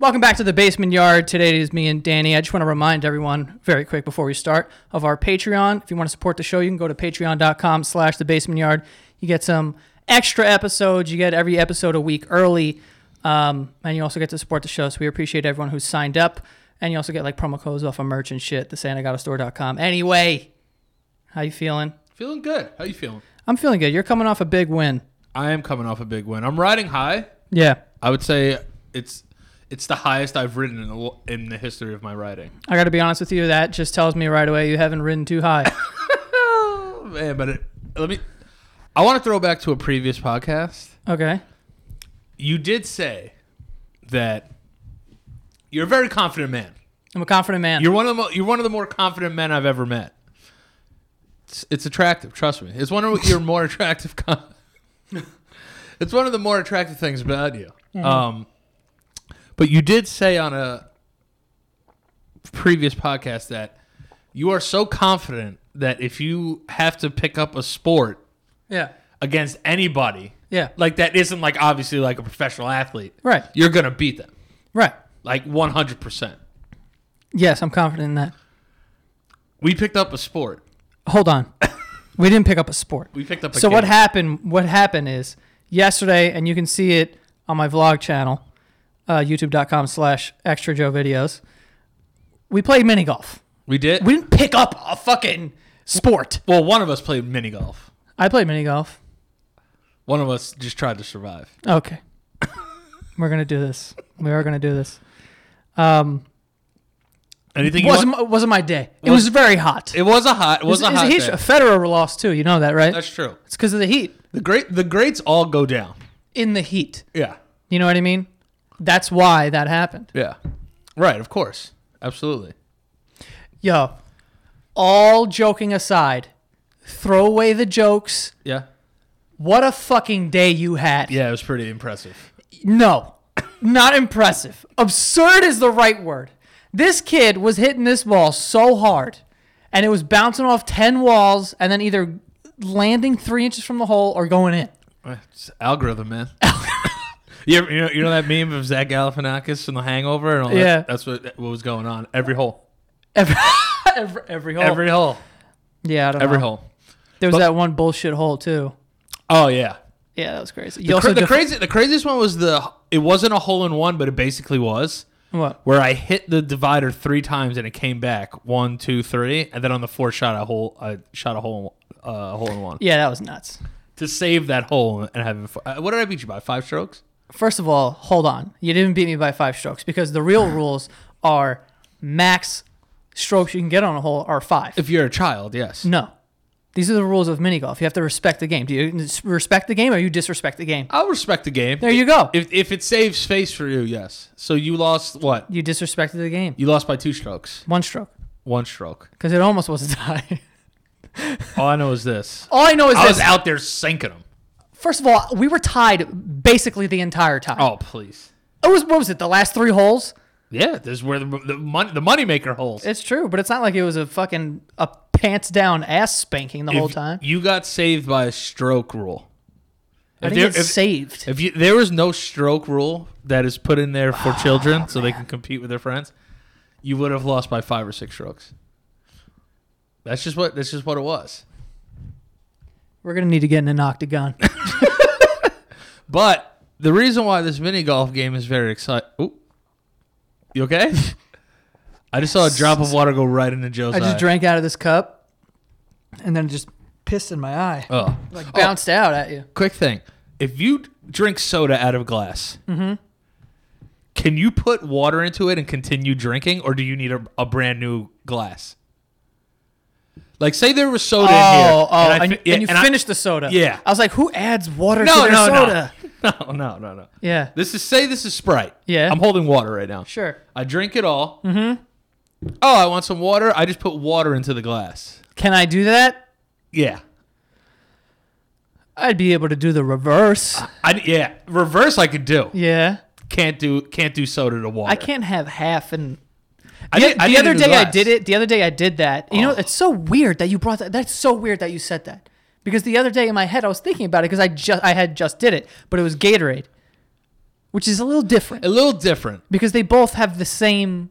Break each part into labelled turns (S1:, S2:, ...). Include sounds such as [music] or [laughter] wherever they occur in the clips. S1: Welcome back to the basement yard. Today is me and Danny. I just want to remind everyone very quick before we start of our Patreon. If you want to support the show, you can go to patreon.com slash the basement yard. You get some extra episodes. You get every episode a week early. Um, and you also get to support the show. So we appreciate everyone who's signed up. And you also get like promo codes off of merch and shit, thesantagotastore.com. Anyway, how you feeling?
S2: Feeling good. How you feeling?
S1: I'm feeling good. You're coming off a big win.
S2: I am coming off a big win. I'm riding high.
S1: Yeah.
S2: I would say it's it's the highest I've ridden in the, l- in the history of my riding.
S1: I got to be honest with you. That just tells me right away you haven't ridden too high.
S2: Oh, man, but it, let me. I want to throw back to a previous podcast.
S1: okay.
S2: You did say that you're a very confident man.
S1: I'm a confident man.
S2: You're one of the mo- you're one of the more confident men I've ever met. It's, it's attractive. Trust me. It's one of your more attractive. Con- [laughs] it's one of the more attractive things about you.
S1: Mm-hmm.
S2: Um, but you did say on a previous podcast that you are so confident that if you have to pick up a sport
S1: yeah.
S2: against anybody,
S1: Yeah.
S2: like that isn't like obviously like a professional athlete,
S1: Right.
S2: You're gonna beat them
S1: Right.
S2: like 100. percent
S1: Yes, I'm confident in that.
S2: We picked up a sport.
S1: Hold on. [coughs] we didn't pick up a sport.
S2: We picked up. A
S1: so what
S2: game.
S1: happened what happened is yesterday and you can see it on my vlog channel uh, youtube.com slash extra joe videos we played mini golf
S2: We did.
S1: we didn't pick up a fucking sport
S2: well, one of us played mini golf.
S1: i played mini golf
S2: One of us just tried to survive.
S1: okay [coughs] we're gonna do this we are gonna do this um
S2: Anything?
S1: wasn't, my- wasn't my day it was,
S2: Was-
S1: very hot
S2: it was a hot. It was
S1: It's-
S2: a
S1: it's
S2: hot.
S1: heat
S2: day.
S1: show. federer lost too you know that right
S2: That's true.
S1: it's because of the heat
S2: The great. The greats all go down.
S1: in the heat
S2: Yeah.
S1: you know what i mean that's why that happened
S2: Yeah. Right. Of course. Absolutely.
S1: Yo, all joking aside, throw away the jokes.
S2: Yeah.
S1: What a fucking day you had.
S2: Yeah. It was pretty impressive.
S1: No, not impressive. Absurd is the right word. This kid was hitting this ball so hard, and it was bouncing off 10 walls and then either landing three inches from the hole or going in. [laughs]
S2: It's algorithm, man. [laughs] you, ever, you know, you know that meme of Zach Galifianakis and The Hangover and all that.
S1: Yeah.
S2: That's what what was going on. Every hole.
S1: Every, every, every hole.
S2: Every hole.
S1: yeah, I don't
S2: Oh. Every
S1: know.
S2: hole.
S1: There was
S2: But-
S1: that one bullshit hole, too.
S2: Oh yeah.
S1: Yeah, that was crazy. You
S2: The, cra-
S1: also
S2: the
S1: def-
S2: crazy, the craziest one was the. It wasn't a hole in one, but it basically was.
S1: What?
S2: where I hit the divider three times and it came back one, two, three, and then on the fourth shot, I hole, I shot a hole, in- uh, hole in one
S1: Yeah, that was nuts.
S2: to save that hole and have. Uh, what did I beat you by? Five strokes.
S1: First of all, hold on. You didn't beat me by five strokes because the [sighs] real rules are max strokes you can get on a hole are five.
S2: If you're a child, yes.
S1: no. These are the rules of mini golf. You have to respect the game. Do you dis- respect the game or you disrespect the game?
S2: I'll respect the game.
S1: There you go.
S2: If if it saves space for you, yes. So you lost what?
S1: You disrespected the game.
S2: You lost by two strokes,
S1: One stroke
S2: one stroke.
S1: because it almost was a tie. [laughs]
S2: All I know is this:
S1: all I know is
S2: I was
S1: this.
S2: out there sinking them.
S1: First of all, we were tied basically the entire time.
S2: Oh please.
S1: It was what was it? The last three holes?
S2: Yeah, this is where the the money the moneymaker holes.
S1: It's true, but it's not like it was a fucking a pants down ass spanking the whole
S2: If
S1: time.
S2: You got saved by a stroke rule.
S1: I
S2: If
S1: didn't get
S2: there- if-
S1: saved.
S2: If you, there was no stroke rule that is put in
S1: [sighs]
S2: there for
S1: Oh,
S2: children so they can compete with their friends, you would have lost by five or six strokes. That's just what that's just what it was.
S1: We're gonna need to get in an octagon.
S2: But the reason why this mini golf game is very exciting. You okay? [laughs] I just saw a drop of water go right into Joe's
S1: I
S2: eye.
S1: just drank out of this cup and then just pissed in my eye.
S2: Oh.
S1: Like bounced out at you.
S2: Quick thing: if you d- drink soda out of a glass,
S1: Mm-hmm.
S2: can you put water into it and continue drinking, or do you need a, a brand new glass? Like, say there was soda in here.
S1: Oh,
S2: I fi- yeah, I-
S1: the soda.
S2: Yeah.
S1: I was like, who adds water
S2: no,
S1: to their
S2: no,
S1: soda?
S2: [laughs] no, no, no, no, no.
S1: Yeah.
S2: This is say this is Sprite.
S1: Yeah.
S2: I'm holding water right now.
S1: Sure.
S2: I drink it all. Mm-hmm. Oh, I want some water. I just put water into the glass.
S1: Can I do that?
S2: Yeah.
S1: I'd be able to do the reverse.
S2: I, yeah. Reverse, I could do.
S1: Yeah.
S2: Can't do. Can't do soda to water.
S1: I can't have half and
S2: I
S1: the,
S2: did- I
S1: the
S2: did
S1: other
S2: in the
S1: day I
S2: glass.
S1: did it. The other day I did that. You know,
S2: Oh.
S1: it's so weird that you brought that. That's so weird that you said that because the other day in my head I was thinking about it because I just I had just did it, but it was Gatorade. which is a little different
S2: A little different.
S1: because they both have the same.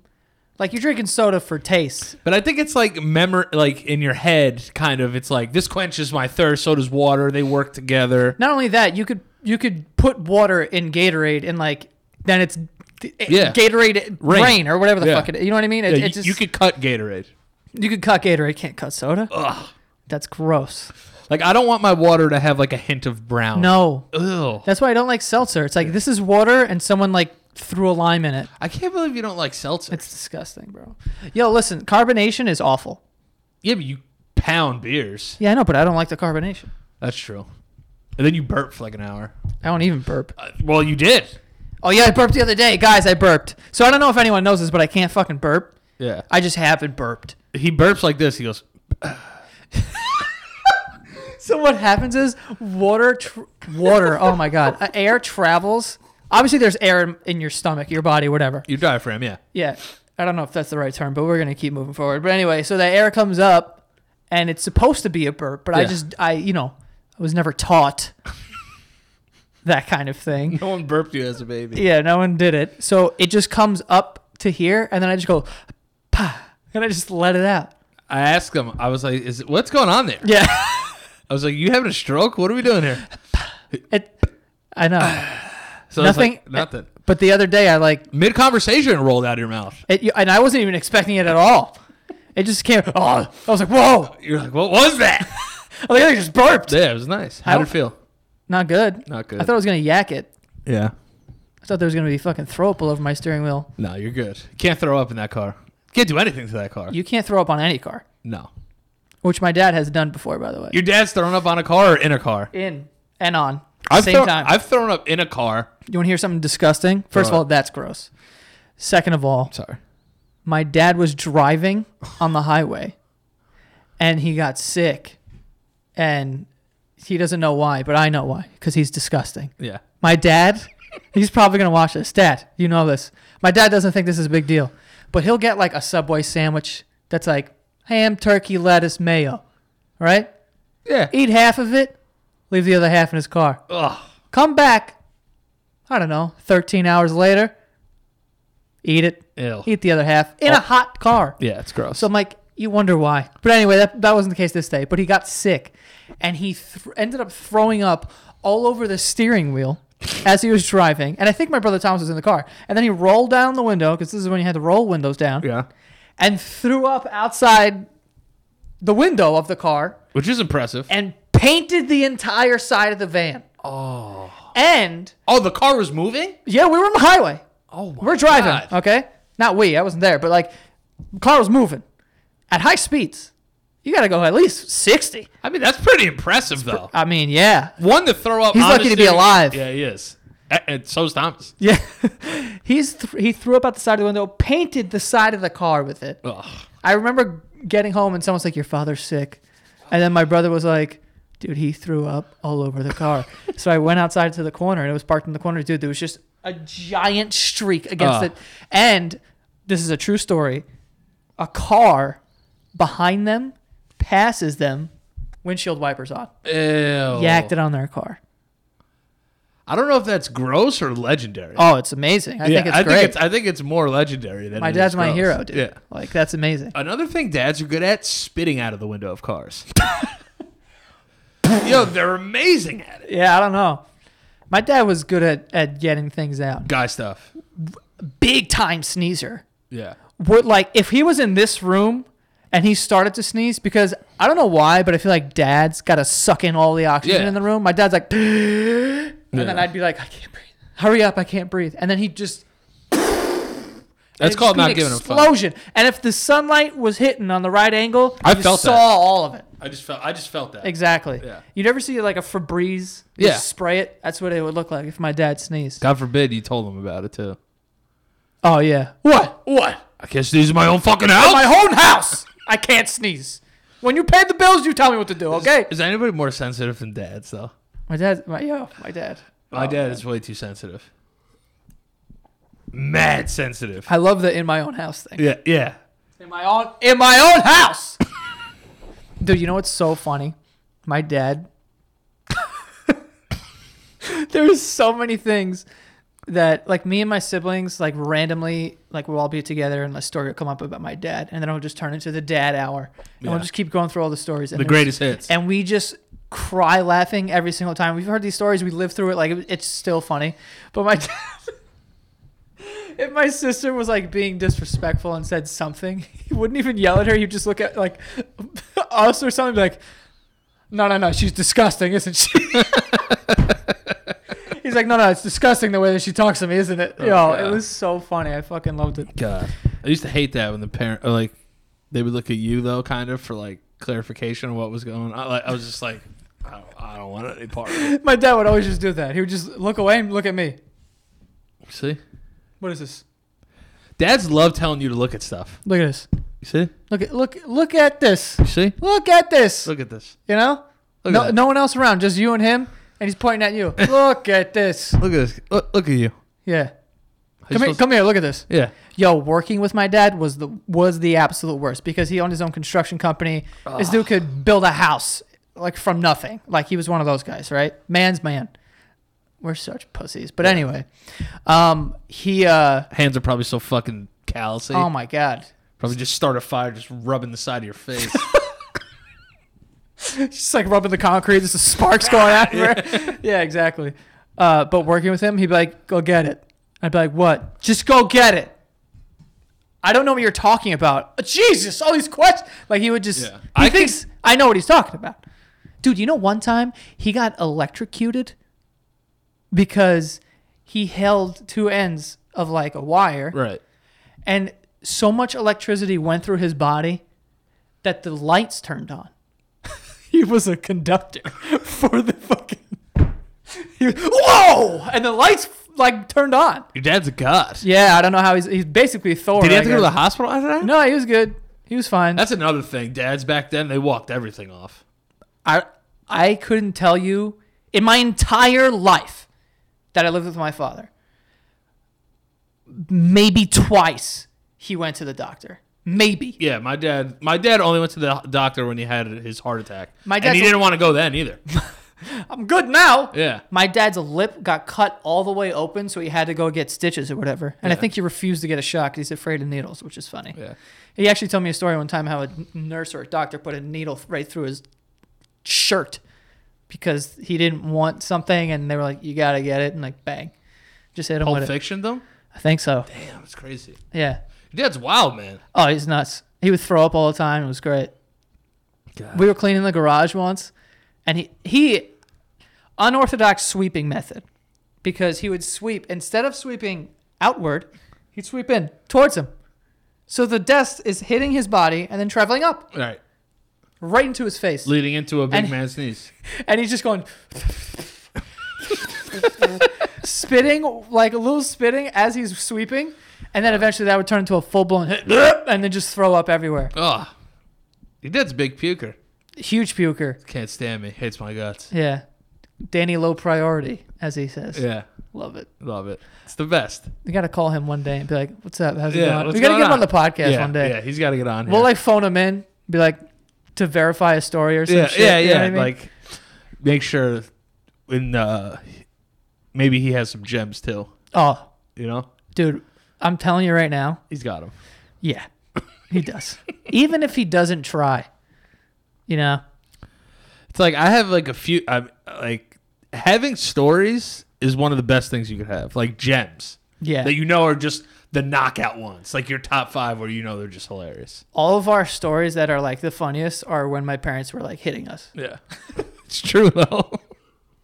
S1: Like you're drinking soda for taste.
S2: But I think it's like memory, like in your head, kind of. It's like this quenches my thirst. So does water. They work together.
S1: Not only that, you could you could put water in Gatorade and like then it's eh,
S2: Yeah.
S1: Gatorade rain.
S2: Rain.
S1: or whatever the
S2: Yeah.
S1: fuck it. You know what I mean? It,
S2: Yeah,
S1: it
S2: you,
S1: just,
S2: you could cut Gatorade.
S1: you could cut Gatorade, can't cut soda. Ugh. That's gross.
S2: Like I don't want my water to have like a hint of brown.
S1: No,
S2: Ew.
S1: that's why I don't like seltzer. It's like this is water and someone like threw a lime in it.
S2: I can't believe you don't like seltzer.
S1: It's disgusting, bro. Yo, listen, carbonation is awful.
S2: yeah, but you pound beers.
S1: Yeah, I know, but I don't like the carbonation.
S2: That's true. And then you burp for like an hour.
S1: I don't even burp.
S2: Uh, well, you did.
S1: Oh yeah, I burped the other day, guys. I burped. So I don't know if anyone knows this, but I can't fucking burp.
S2: Yeah.
S1: I just haven't burped.
S2: He burps like this. He goes.
S1: So what happens is water, tr- water. oh my god, Uh, air travels. Obviously, there's air in, in your stomach, your body, whatever.
S2: Your diaphragm. Yeah.
S1: Yeah, I don't know if that's the right term, but we're gonna keep moving forward. But anyway, so the air comes up, and it's supposed to be a burp, but I
S2: Yeah.
S1: just, I, you know, I was never taught that kind of thing.
S2: [laughs] No one burped you as a baby.
S1: Yeah, no one did it. So it just comes up to here, and then I just go, pa, and I just let it out.
S2: I asked him. I was like, "Is it, what's going on there?"
S1: Yeah,
S2: I was like, "You having a stroke? What are we doing here?"
S1: [laughs] it. I know,
S2: So I was
S1: Nothing-
S2: Like, Nothing.
S1: but the other day I like
S2: Mid conversation rolled out of your mouth.
S1: It, and I wasn't even expecting it at all. It just came. Oh, I was like, whoa! [laughs]
S2: You're like, "What was that?"
S1: I think I just burped.
S2: [laughs] yeah, it was nice. How did it
S1: don't-
S2: feel?
S1: Not good.
S2: Not good.
S1: I thought I was gonna yak it.
S2: Yeah.
S1: I thought there was gonna be fucking throw up all over my steering wheel.
S2: No, you're good. Can't throw up in that car. Can't do anything to that car.
S1: You can't throw up on any car,
S2: no.
S1: which my dad has done before, by the way.
S2: Your dad's thrown up on a car or in a car.
S1: in and on
S2: I've
S1: same
S2: thrown,
S1: time.
S2: I've thrown up in a car.
S1: you want to hear something disgusting? First of
S2: What?
S1: all, that's gross. Second of all,
S2: Sorry.
S1: my dad was driving on the highway, and he got sick, and he doesn't know why, but I know why because he's disgusting.
S2: Yeah.
S1: My dad, he's probably gonna watch this. Dad, you know this. My dad doesn't think this is a big deal, but he'll get like a Subway sandwich that's like ham, turkey, lettuce, mayo, right?
S2: Yeah.
S1: Eat half of it, leave the other half in his car.
S2: Ugh.
S1: Come back, I don't know, 13 hours later, eat it,
S2: Ew.
S1: eat the other half in a
S2: Oh.
S1: hot car.
S2: Yeah, it's gross.
S1: So I'm like, you wonder why. But anyway, that, that wasn't the case this day. But he got sick, and he th- ended up throwing up all over the steering wheel as he was driving. And I think my brother Thomas was in the car. And then he rolled down the window because this is when you had to roll windows down,
S2: yeah.
S1: and threw up outside the window of the car
S2: Which is impressive.
S1: and painted the entire side of the van. Oh. And
S2: oh, the car was moving?
S1: yeah, we were on the highway.
S2: Oh, my
S1: We're driving,
S2: God.
S1: okay? Not we, I wasn't there, but like, car was moving at high speeds. You gotta go at least 60.
S2: I mean, that's pretty impressive, though.
S1: I mean, yeah. [laughs]
S2: One to throw up.
S1: He's
S2: on
S1: lucky
S2: a
S1: to be
S2: steering-
S1: alive.
S2: Yeah, he is. A- And so's Thomas.
S1: Yeah. He's th- he threw up out the side of the window, painted the side of the car with it.
S2: Ugh.
S1: I remember getting home and someone's like, Your father's sick. And then my brother was like, Dude, he threw up all over the car. so I went outside to the corner and it was parked in the corner. Dude, there was just a giant streak against
S2: Ah.
S1: it. And this is a true story a car behind them passes them, windshield wipers on,
S2: Ew. Oh.
S1: yacked it on their car.
S2: I don't know if that's gross or legendary.
S1: Oh, it's amazing. I think it's
S2: I
S1: great.
S2: Think it's, I think it's more legendary than
S1: my
S2: it
S1: dad's
S2: is
S1: my
S2: gross.
S1: hero, dude.
S2: Yeah.
S1: Like, that's amazing.
S2: Another thing dads are good at spitting out of the window
S1: [laughs]
S2: of cars. Yo, they're amazing at it.
S1: Yeah, I don't know. My dad was good at, at getting things out.
S2: Guy stuff.
S1: Big time sneezer.
S2: Yeah.
S1: Would like if he was in this room and he started to sneeze because I don't know why, but I feel like dad's got to suck in all the oxygen
S2: Yeah.
S1: in the room. My dad's like, [gasps] and then I'd be like, I can't breathe. Hurry up, I can't breathe. And then he just
S2: That's
S1: it'd just
S2: called
S1: be an
S2: not giving them fun.
S1: explosion. And if the sunlight was hitting on the right angle,
S2: I
S1: you just
S2: felt
S1: saw
S2: that.
S1: all of it.
S2: I just felt I just felt that.
S1: Exactly.
S2: Yeah.
S1: You'd ever see like a Febreze? just
S2: Yeah.
S1: Spray it. That's what it would look like if my dad sneezed.
S2: God forbid you told them about it too.
S1: Oh yeah. What?
S2: What? I guess these are my own fucking house.
S1: My own house. I can't sneeze. When you pay the bills, you tell me what to do. Okay.
S2: Is anybody more sensitive than dads though?
S1: My dad. My yo. My dad.
S2: My dad is way too sensitive. Mad sensitive.
S1: I love the in my own house thing.
S2: Yeah, yeah.
S1: In my own. In my own house. [laughs] Dude, you know what's so funny? My [laughs] dad. There's so many things that like me and my siblings like randomly like we'll all be together and a story will come up about my dad and then it'll just turn into the dad hour and
S2: Yeah.
S1: we'll just keep going through all the stories and
S2: The
S1: it's-
S2: greatest hits.
S1: and we just cry laughing every single time we've heard these stories we lived through it like it- it's still funny but my [laughs] dad if my sister was like being disrespectful and said something [laughs] he wouldn't even yell at her he'd just look at like [laughs] us or something and be like no no no she's disgusting isn't she [laughs] He's like, no, no, it's disgusting the way that she talks to me, isn't it?
S2: Oh,
S1: Yo,
S2: God.
S1: it was so funny. I fucking loved it.
S2: God, I used to hate that when the parent, or like, they would look at you though, kind of for like clarification of what was going on. Like, I was just like, I don't, I don't want any part of it.
S1: My dad would always just do that. He would just look away and look at me.
S2: See,
S1: What is this?
S2: dads love telling you to look at stuff.
S1: Look at this.
S2: You see,
S1: Look at look look at this.
S2: you see,
S1: Look at this.
S2: look at this.
S1: You know?
S2: Look
S1: no
S2: at that.
S1: no one else around, just you and him, and he's pointing at
S2: [laughs]
S1: you. look at this.
S2: Look at this. Look, look at you.
S1: Yeah.
S2: How you
S1: Come here,
S2: supposed-
S1: come here, look at this.
S2: yeah.
S1: Yo, working with my dad was the was the absolute worst because he owned his own construction company. This dude
S2: Ah.
S1: could build a house like from nothing. Like he was one of those guys, right? Man's man. We're such pussies. But anyway, um, he uh,
S2: Hands are probably so fucking callousy.
S1: oh my god,
S2: probably just start a fire, just rubbing the side of your face.
S1: just like rubbing the concrete, just the sparks going
S2: [laughs]
S1: out. yeah. [laughs] yeah, exactly. Uh, but working with him, he'd be like, "Go get it." I'd be like, "What? Just go get it." I don't know what you're talking about. "Uh, Jesus, all these questions. Like he would just.
S2: Yeah.
S1: He
S2: I
S1: thinks I know what he's talking about. Dude, you know one time he got electrocuted because he held two ends of like a wire
S2: [laughs] right.
S1: and so much electricity went through his body that the lights turned on. [laughs] he was a conductor [laughs] for the fucking. He was, Whoa! And the lights like turned on.
S2: Your dad's a god.
S1: Yeah, I don't know how he's he's basically Thor.
S2: Did he
S1: I
S2: have to go to the
S1: guess.
S2: hospital after that?
S1: No, he was good. He was fine.
S2: That's another thing. Dads back then they walked everything off.
S1: I I couldn't tell you in my entire life that I lived with my father. Maybe twice he went to the doctor. Maybe.
S2: Yeah, my dad. My dad only went to the doctor when he had his heart attack.
S1: My
S2: and he
S1: dad's-
S2: didn't want to go then
S1: [laughs]
S2: either.
S1: I'm good now.
S2: Yeah.
S1: My dad's lip got cut all the way open, so he had to go get stitches or whatever. And I
S2: Yeah.
S1: think he refused to get a shot 'cause he's afraid of needles, which is funny.
S2: Yeah.
S1: He actually told me a story one time how a n- nurse or a doctor put a needle right through his shirt because he didn't want something, and they were like, "You gotta get it," and like, bang, just hit him
S2: Pulp
S1: with it.
S2: Fiction though.
S1: I think so.
S2: Damn, it's crazy.
S1: Yeah.
S2: Your dad's wild, man.
S1: Oh, he's nuts. He would throw up all the time. It was great.
S2: God.
S1: We were cleaning the garage once, and he he unorthodox sweeping method because he would sweep instead of sweeping outward, he'd sweep in towards him. So the dust is hitting his body and then traveling up
S2: All right,
S1: right into his face,
S2: leading into a big
S1: And-
S2: man's knees.
S1: and he's just going. spitting like a little spitting as he's sweeping and then eventually that would turn into a full-blown and then just throw up everywhere
S2: Oh, your dad's a big puker.
S1: huge puker
S2: Can't stand me. Hates my guts.
S1: Yeah. Danny low priority, as he says.
S2: Yeah,
S1: Love it.
S2: love it. It's the best.
S1: We gotta call him one day and be like, What's up? How's
S2: yeah,
S1: it going?
S2: what's
S1: We gotta
S2: going
S1: get him on the podcast
S2: Yeah,
S1: one day.
S2: Yeah, he's got to get on.
S1: We'll
S2: here.
S1: like phone him in, be like to verify a story or some
S2: yeah,
S1: shit.
S2: yeah,
S1: you
S2: yeah.
S1: know what I mean?
S2: Like, make sure when uh, maybe he has some gems too.
S1: Oh,
S2: You know,
S1: dude, I'm telling you right now,
S2: he's got them.
S1: yeah. He
S2: [laughs]
S1: does. Even if he doesn't try. You know?
S2: It's like I have like a few. I'm like having stories is one of the best things you could have. Like gems
S1: Yeah.
S2: that you know are just the knockout ones, like your top five, where you know they're just hilarious.
S1: All of our stories that are like the funniest are when my parents were like hitting us.
S2: Yeah, [laughs] it's true though. [laughs]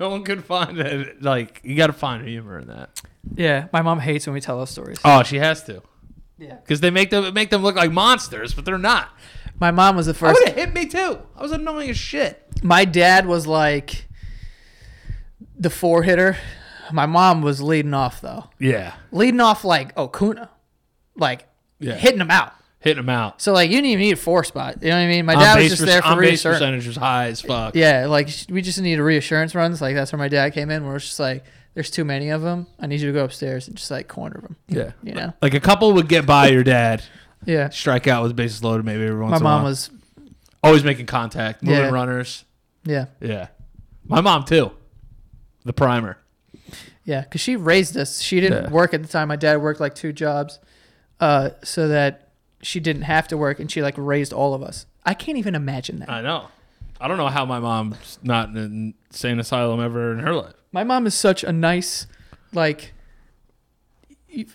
S2: no one could find it. Like you got to find humor in that.
S1: Yeah. My mom hates when we tell those stories.
S2: Oh, she has to.
S1: Yeah.
S2: Because they make them make them look like monsters, but they're not.
S1: My mom was the
S2: I
S1: first
S2: would have hit me too. I was annoying as shit.
S1: my dad was like the four hitter. My mom was leading off though,
S2: Yeah,
S1: leading off like Okuna, like
S2: Yeah.
S1: hitting him out.
S2: hitting them out.
S1: So like you didn't even need a four spot. You know what I mean? My dad was just there for
S2: base
S1: reassurance.
S2: percentage was high as fuck.
S1: Yeah, like sh- we just needed reassurance runs. Like that's where my dad came in, where it's just like, there's too many of them. I need you to go upstairs and just like corner them.
S2: yeah.
S1: You know?
S2: Like a couple would get by your dad,
S1: Yeah.
S2: strike out with bases loaded maybe every once
S1: My
S2: in a while.
S1: mom was.
S2: always making contact, moving
S1: Yeah.
S2: runners.
S1: Yeah.
S2: Yeah. My mom too. The primer.
S1: Yeah, because she raised us. She didn't
S2: Yeah.
S1: work at the time. My dad worked like two jobs, uh, so that she didn't have to work, and she like raised all of us. I can't even imagine that.
S2: I know. I don't know how my mom's not in an insane asylum ever in her life.
S1: My mom is such a nice, like,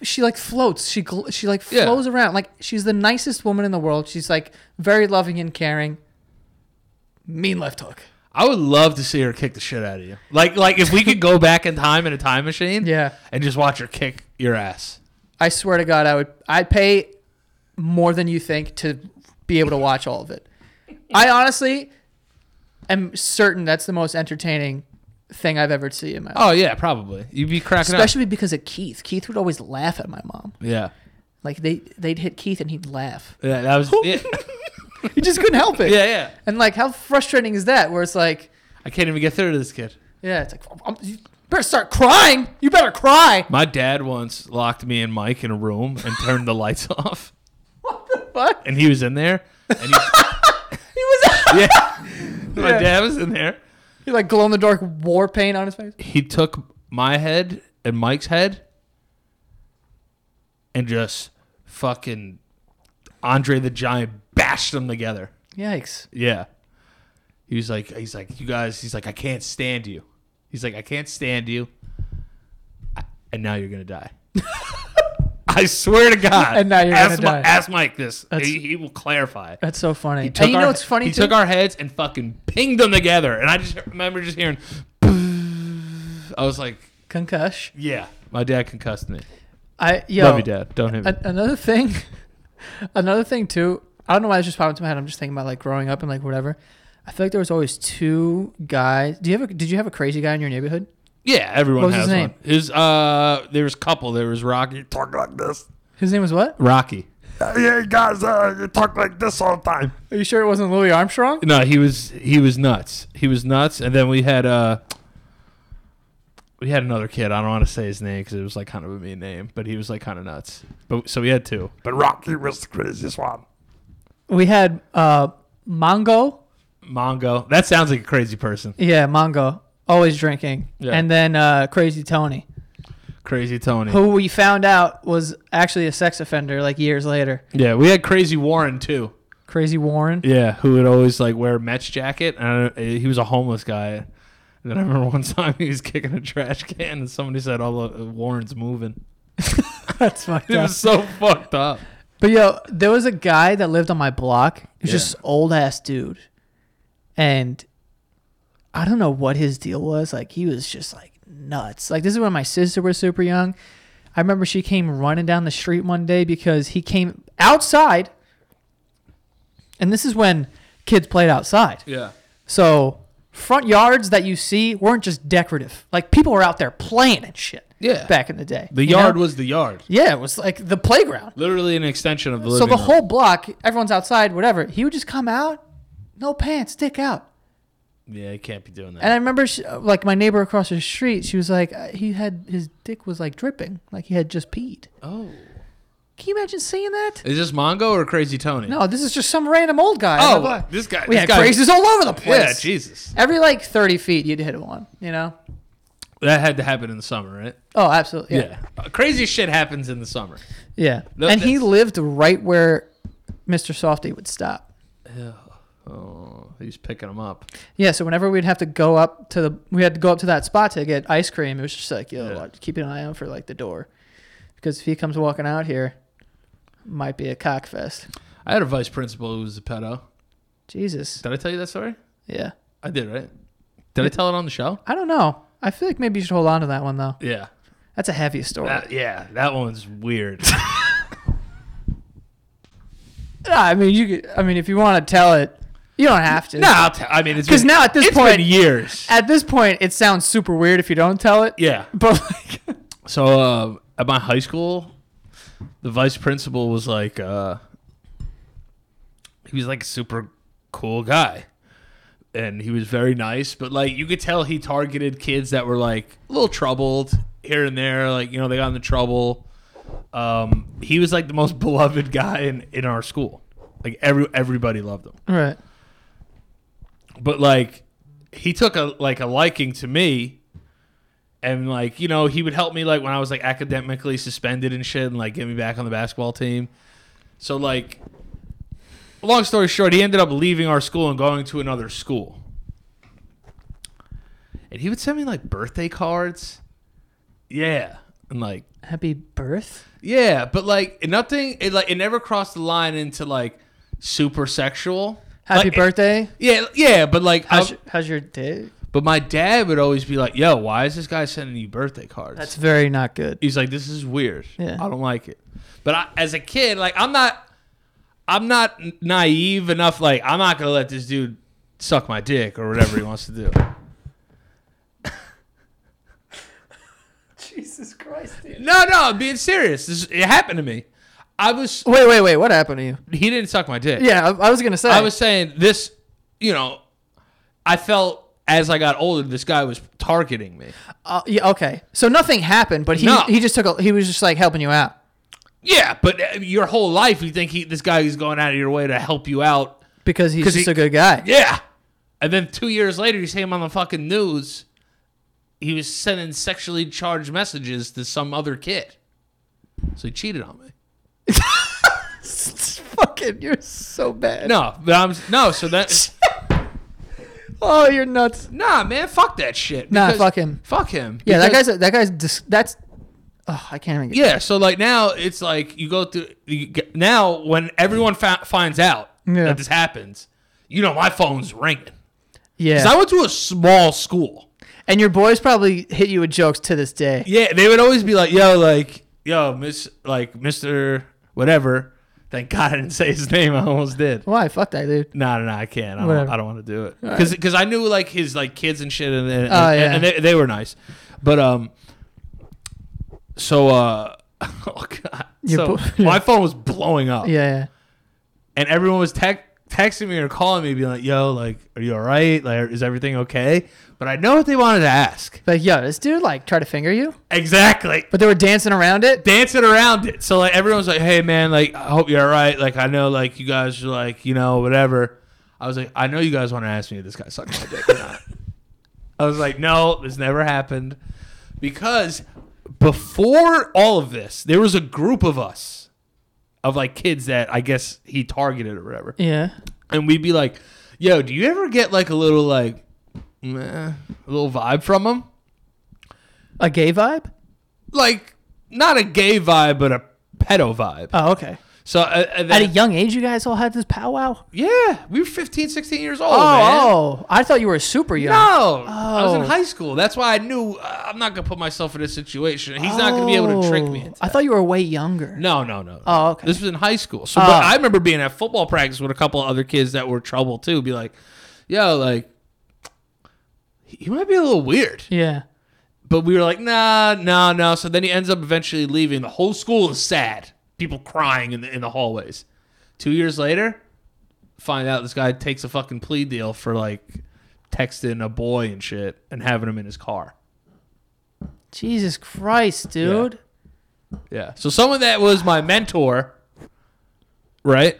S1: she like floats. She gl- she like
S2: Yeah.
S1: flows around. Like she's the nicest woman in the world. She's like very loving and caring. Mean left hook.
S2: I would love to see her kick the shit out of you. Like like if we could go back in time in a time machine
S1: Yeah,
S2: and just watch her kick your ass.
S1: I swear to God, I would. I'd pay more than you think to be able to watch all of it. I honestly am certain that's the most entertaining thing I've ever seen in my life.
S2: Oh yeah, probably. You'd be cracking
S1: Especially because of Keith. Keith would always laugh at my mom.
S2: up. Yeah.
S1: Like they they'd hit Keith and he'd
S2: [laughs]
S1: laugh.
S2: Yeah, that was
S1: [laughs]
S2: yeah.
S1: He just couldn't help it.
S2: yeah, yeah.
S1: And like, how frustrating is that? Where it's like,
S2: I can't even get through to this kid.
S1: yeah, it's like, I'm, you better start crying. You better cry. [laughs]
S2: My dad once locked me and Mike in a room and turned the lights [laughs] off.
S1: What?
S2: And he was in there. And [laughs] he,
S1: He was [laughs]
S2: [laughs] yeah. My dad was in there.
S1: he like glow in the dark war paint on his face.
S2: he took my head and Mike's head and just fucking Andre the Giant bashed them together.
S1: Yikes.
S2: Yeah. He was like, he's like, you guys, he's like, I can't stand you. He's like, I can't stand you. I- And now you're going to die. [laughs] I swear to God.
S1: And now you're
S2: ask
S1: gonna
S2: Mi-
S1: die.
S2: ask Mike this.
S1: That's-
S2: He, he will clarify.
S1: That's so funny.
S2: He took
S1: and you
S2: our-
S1: know what's funny
S2: He
S1: too?
S2: took our heads and fucking pinged them together. And I just remember just hearing, I was like,
S1: Concush.
S2: yeah, my dad concussed me.
S1: I yo, Uh,
S2: Love you, dad. Don't hit me.
S1: an- another thing, [laughs] another thing too. I don't know why it's just popped into my head. I'm just thinking about like growing up and like whatever. I feel like there was always two guys. Do you have a, did you have a crazy guy in your neighborhood?
S2: yeah, everyone
S1: What was
S2: has
S1: his name?
S2: one. His uh, there was a couple. There was Rocky. Talk like this.
S1: His name was what?
S2: Rocky.
S3: Yeah, guys, uh, you talk like this all the time.
S1: Are you sure it wasn't Louis Armstrong?
S2: No, he was he was nuts. He was nuts. And then we had uh, we had another kid. I don't want to say his name because it was like kind of a mean name, but he was like kind of nuts. But so we had two.
S3: But Rocky was the craziest one.
S1: We had uh Mongo.
S2: Mongo. That sounds like a crazy person.
S1: Yeah, Mongo. Always drinking.
S2: Yeah.
S1: And then uh Crazy Tony,
S2: Crazy Tony.
S1: who we found out was actually a sex offender like years later.
S2: Yeah, we had Crazy Warren too.
S1: Crazy Warren.
S2: Yeah, who would always like wear a Mets jacket, and I, eh, he was a homeless guy. And then I remember [laughs] one time he was kicking a trash can, and somebody said, "Oh, look, Warren's moving."
S1: [laughs] That's fucked
S2: It
S1: up.
S2: was [laughs] so fucked up.
S1: But yo, there was a guy that lived on my block. He was just old ass dude, and I don't know what his deal was. Like he was just like nuts. Like this is when my sister was super young. I remember she came running down the street one day because he came outside, and this is when kids played outside.
S2: Yeah,
S1: So front yards that you see weren't just decorative. Like people were out there playing and shit.
S2: Yeah.
S1: back in the day.
S2: the
S1: you
S2: yard
S1: know?
S2: was the yard,
S1: yeah, it was like the playground
S2: literally an extension of the
S1: so
S2: living
S1: the
S2: room.
S1: whole block, everyone's outside, whatever. He would just come out, no pants, dick out.
S2: Yeah, you can't be doing that.
S1: And I remember, she, like my neighbor across the street, she was like, uh, he had his dick was like dripping, like he had just peed.
S2: oh,
S1: Can you imagine seeing that?
S2: is this Mongo or Crazy Tony?
S1: No, this is just some random old guy.
S2: Oh,
S1: Blah, blah.
S2: this guy-
S1: We
S2: this
S1: had
S2: guy-
S1: crazies all over the place.
S2: Yeah, Jesus,
S1: Every like thirty feet, you'd hit one. You know?
S2: that had to happen in the summer, right?
S1: Oh, absolutely. Yeah.
S2: Uh, crazy shit happens in the summer.
S1: Yeah.
S2: No,
S1: and he
S2: that's-
S1: lived right where Mr. Softy would stop.
S2: Oh, he's picking them up.
S1: Yeah, so whenever we'd have to go up to the, we had to go up to that spot to get ice cream. It was just like, yo,
S2: Yeah.
S1: like, keep an eye out for like the door, because if he comes walking out here, might be a cockfest.
S2: I had a vice principal who was a pedo.
S1: Jesus.
S2: Did I tell you that story?
S1: Yeah.
S2: I did, right? Did I tell it on the show?
S1: I don't know. I feel like maybe you should hold on to that one though.
S2: Yeah.
S1: That's a heavy story.
S2: That, yeah, that one's [laughs] weird.
S1: Nah, I mean, you. Could, I mean, if you want to tell it, you don't have to.
S2: no, I'll t- I mean it's
S1: 'Cause
S2: been-
S1: now at this
S2: it's
S1: point-
S2: been years.
S1: At this point, it sounds super weird if you don't tell it.
S2: yeah.
S1: [laughs] But like,
S2: So uh, at my high school, the vice principal was like, uh, he was like a super cool guy, and he was very nice. But like, you could tell he targeted kids that were like a little troubled here and there. Like, you know, they got into trouble. Um, he was like the most [laughs] beloved guy in, in our school. Like every everybody loved him.
S1: right.
S2: but like he took a like a liking to me and like you know he would help me like when I was like academically suspended and shit, and like get me back on the basketball team. So like, long story short, he ended up leaving our school and going to another school. And he would send me like birthday cards. Yeah, and like
S1: Happy birth?
S2: yeah, but like nothing. It like it never crossed the line into like super sexual.
S1: Happy
S2: Like, it-
S1: birthday?
S2: yeah, yeah, but like, I,
S1: How's, your- how's your day?
S2: but my dad would always be like, "Yo, why is this guy sending you birthday cards?"
S1: That's very not good.
S2: He's like, "This is weird.
S1: Yeah.
S2: I don't like it." But I, as a kid, like, I'm not, I'm not n- naive enough. Like, I'm not gonna let this dude suck my dick or
S1: [laughs]
S2: whatever he wants to do.
S1: Jesus Christ, dude.
S2: No, no, I'm being serious. This, it happened to me. I was.
S1: Wait, wait, wait. What happened to you?
S2: He didn't suck my dick.
S1: Yeah, I, I was going to say.
S2: I was saying this, you know, I felt as I got older, this guy was targeting me.
S1: Uh, yeah, okay. So nothing happened, but he,
S2: No.
S1: he just took a, he was just like helping you out.
S2: Yeah, but uh, your whole life you think he, this guy is going out of your way to help you out.
S1: Because he's
S2: 'Cause
S1: just
S2: he-
S1: a good [laughs] guy.
S2: Yeah. And then two years later, you see him on the fucking news. He was sending sexually charged messages to some other kid. So he cheated on me.
S1: Fucking, you're so bad.
S2: No, but I'm no. So that
S1: Oh, you're nuts.
S2: [laughs] nah, man, fuck that shit.
S1: Nah,
S2: because-
S1: fuck him.
S2: Fuck him.
S1: Yeah, that
S2: because-
S1: guy's a, that guy's dis- that's. Oh, I can't even. Get,
S2: Yeah, so like now it's like you go through you get, now when everyone fa- finds out
S1: Yeah.
S2: that this happens, you know my phone's ringing. 'Cause
S1: yeah.
S2: I went to a small school.
S1: And your boys probably hit you with jokes to this day.
S2: Yeah, they would always be like, "Yo, like, yo, Miss, like, Mister, whatever." Thank [laughs] God I didn't say his name. I almost did.
S1: Why? Fuck that, dude.
S2: No, no, no, I can't. I don't,
S1: Whatever.
S2: I don't want to do it because I knew like his like kids and shit, and, and,
S1: Oh,
S2: and-
S1: yeah.
S2: and they, they were nice, but um, so uh, [laughs] oh god,
S1: Your
S2: so
S1: [laughs] bo-
S2: my phone was blowing up.
S1: Yeah.
S2: and everyone was tec- texting me or calling me, being like, "Yo, like, are you all right? Like, is everything okay?" But I know what they wanted to ask
S1: Like, yo, this dude like try to finger you,
S2: exactly.
S1: but they were dancing around it.
S2: Dancing around it, so like everyone was like, "Hey, man, like, I hope you're all right. Like, I know, like, you guys are like, you know, whatever." I was like, "I know you guys want to ask me if this guy [laughs] sucked my dick or not." I was like, "No, this never happened," because before all of this, there was a group of us, of like kids that I guess he targeted or whatever
S1: Yeah.
S2: and we'd be like, "Yo, do you ever get like a little like, meh, a little vibe from him?
S1: A gay vibe?
S2: Like not a gay vibe, but a pedo vibe."
S1: Oh, okay.
S2: so uh, uh,
S1: At
S2: then-
S1: a young age, you guys all had this powwow.
S2: yeah, we were 15, 16 years old.
S1: Oh,
S2: man.
S1: oh, I thought you were super young.
S2: No, I was in
S1: Oh.
S2: high school. That's why I knew uh, I'm not gonna put myself in this situation. He's not gonna be able to trick me.
S1: Oh,
S2: Into
S1: I thought you were way younger.
S2: No, no, no.
S1: Oh, okay.
S2: This was in high school. So
S1: Oh.
S2: but I remember being at football practice with a couple other kids that were trouble too. Be like, yo, like, he might be a little weird.
S1: Yeah.
S2: But we were like, nah, no, no. So then he ends up eventually leaving. The whole school is sad. People crying in the, in the hallways. Two years later, find out this guy takes a fucking plea deal for like texting a boy and shit and having him in his car.
S1: Jesus Christ, dude.
S2: Yeah. So someone that was my mentor, right,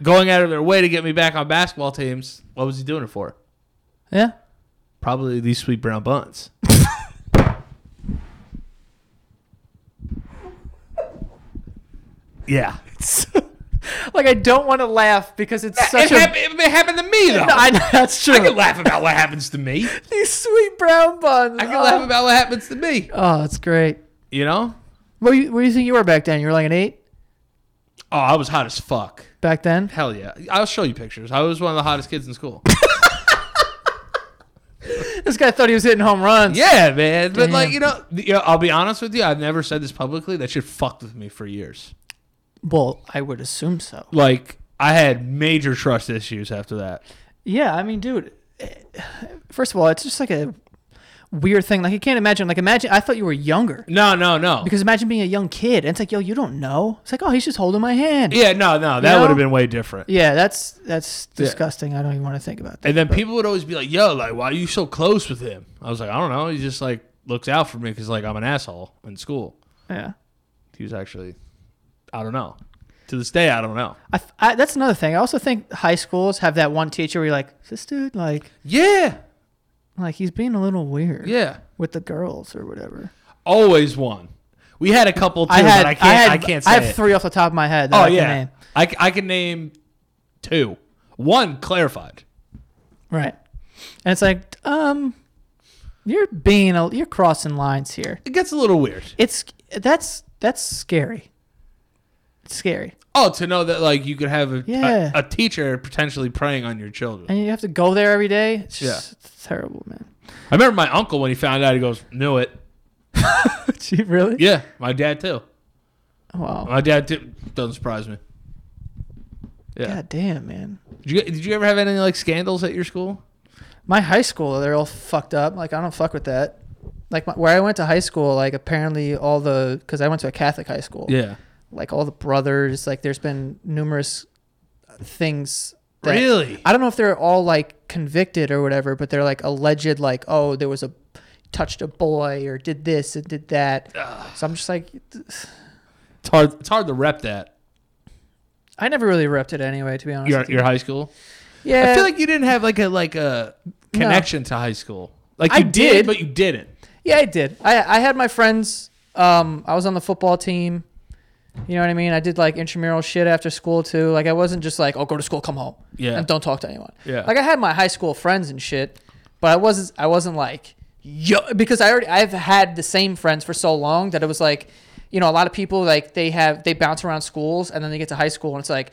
S2: going out of their way to get me back on basketball teams, what was he doing it for?
S1: Yeah.
S2: Probably these sweet brown buns. [laughs] yeah.
S1: Like I don't want to laugh because it's
S2: It,
S1: such a. [laughs]
S2: hap- it happened to me though. I,
S1: I know, that's true.
S2: can [laughs] laugh about what happens to me.
S1: These sweet brown buns.
S2: I can
S1: oh.
S2: laugh about what happens to me.
S1: Oh, that's great.
S2: You know?
S1: What do you, what do you think you were back then? You were like an eight
S2: Oh, I was hot as fuck.
S1: back then.
S2: Hell yeah. I'll show you pictures. I was one of the hottest kids in [laughs] school.
S1: [laughs] This guy thought he was hitting home runs.
S2: Yeah, man. But like
S1: Damn.
S2: you know, th- you know, I'll be honest with you. I've never said this publicly. That shit fucked with me for years.
S1: Well, I would assume so.
S2: Like I had major trust issues after that.
S1: Yeah, I mean, dude. eh, First of all, it's just like a weird thing. Like I can't imagine. Like imagine. I thought you were younger
S2: No, no, no.
S1: because imagine being a young kid and it's like, yo, you don't know. It's like, oh, he's just holding my hand.
S2: yeah, no, no. That
S1: know?
S2: would have been way different.
S1: Yeah, that's that's disgusting. I don't even want to think about that.
S2: And then people would always be like, "Yo, like, why are you so close with him?" I was like, "I don't know. He just like looks out for me because like I'm an asshole in school."
S1: Yeah.
S2: He was actually, I don't know. To this day, I don't know.
S1: I, f- I- that's another thing. I also think high schools have that one teacher where you're like, "Is this dude, like,
S2: Yeah,
S1: Like he's being a little weird.
S2: Yeah.
S1: With the girls or whatever.
S2: Always one. We had a couple too,
S1: I had
S2: but I can't. I,
S1: had,
S2: can't say
S1: I have
S2: it.
S1: three off the top of my head. That
S2: Oh
S1: I can
S2: yeah,
S1: name.
S2: I, c- I can name two. One clarified.
S1: Right. And it's like, um, you're being a, you're crossing lines here.
S2: It gets a little weird.
S1: It's that's that's scary. It's scary,
S2: Oh, to know that like you could have a,
S1: Yeah.
S2: a, a teacher potentially preying on your children.
S1: and you have to go there every day. It's
S2: Yeah.
S1: just it's terrible, man. [laughs]
S2: I remember my uncle when he found out, he goes, "Knew it."
S1: Gee, really?
S2: Yeah, my dad too.
S1: Wow.
S2: My dad too. Doesn't surprise me. Yeah.
S1: God damn, man.
S2: Did you, did you ever have any like scandals at your school?
S1: My high school, they're all fucked up. Like I don't fuck with that. Like my, where I went to high school, like apparently all the because I went to a Catholic high school.
S2: Yeah.
S1: Like all the brothers, like there's been numerous things. That,
S2: Really?
S1: I don't know if they're all like convicted or whatever, but they're like alleged, like oh, there was a touched a boy or did this and did that. So I'm just like,
S2: It's hard. It's hard to rep that.
S1: I never really repped it anyway, to be honest.
S2: Your
S1: with you.
S2: your high school.
S1: yeah,
S2: I feel like you didn't have like a like a connection to high school. Like you
S1: I
S2: did,
S1: did.
S2: but you didn't.
S1: Yeah, I did. I I had my friends. Um, I was on the football team. You know what I mean? I did like intramural shit after school too. Like I wasn't just like, oh, go to school, come home,
S2: Yeah.
S1: and don't talk to anyone.
S2: Yeah.
S1: Like I had my high school friends and shit, but I wasn't. I wasn't like yo because I already I've had the same friends for so long that it was like, you know, a lot of people like they have they bounce around schools and then they get to high school and it's like,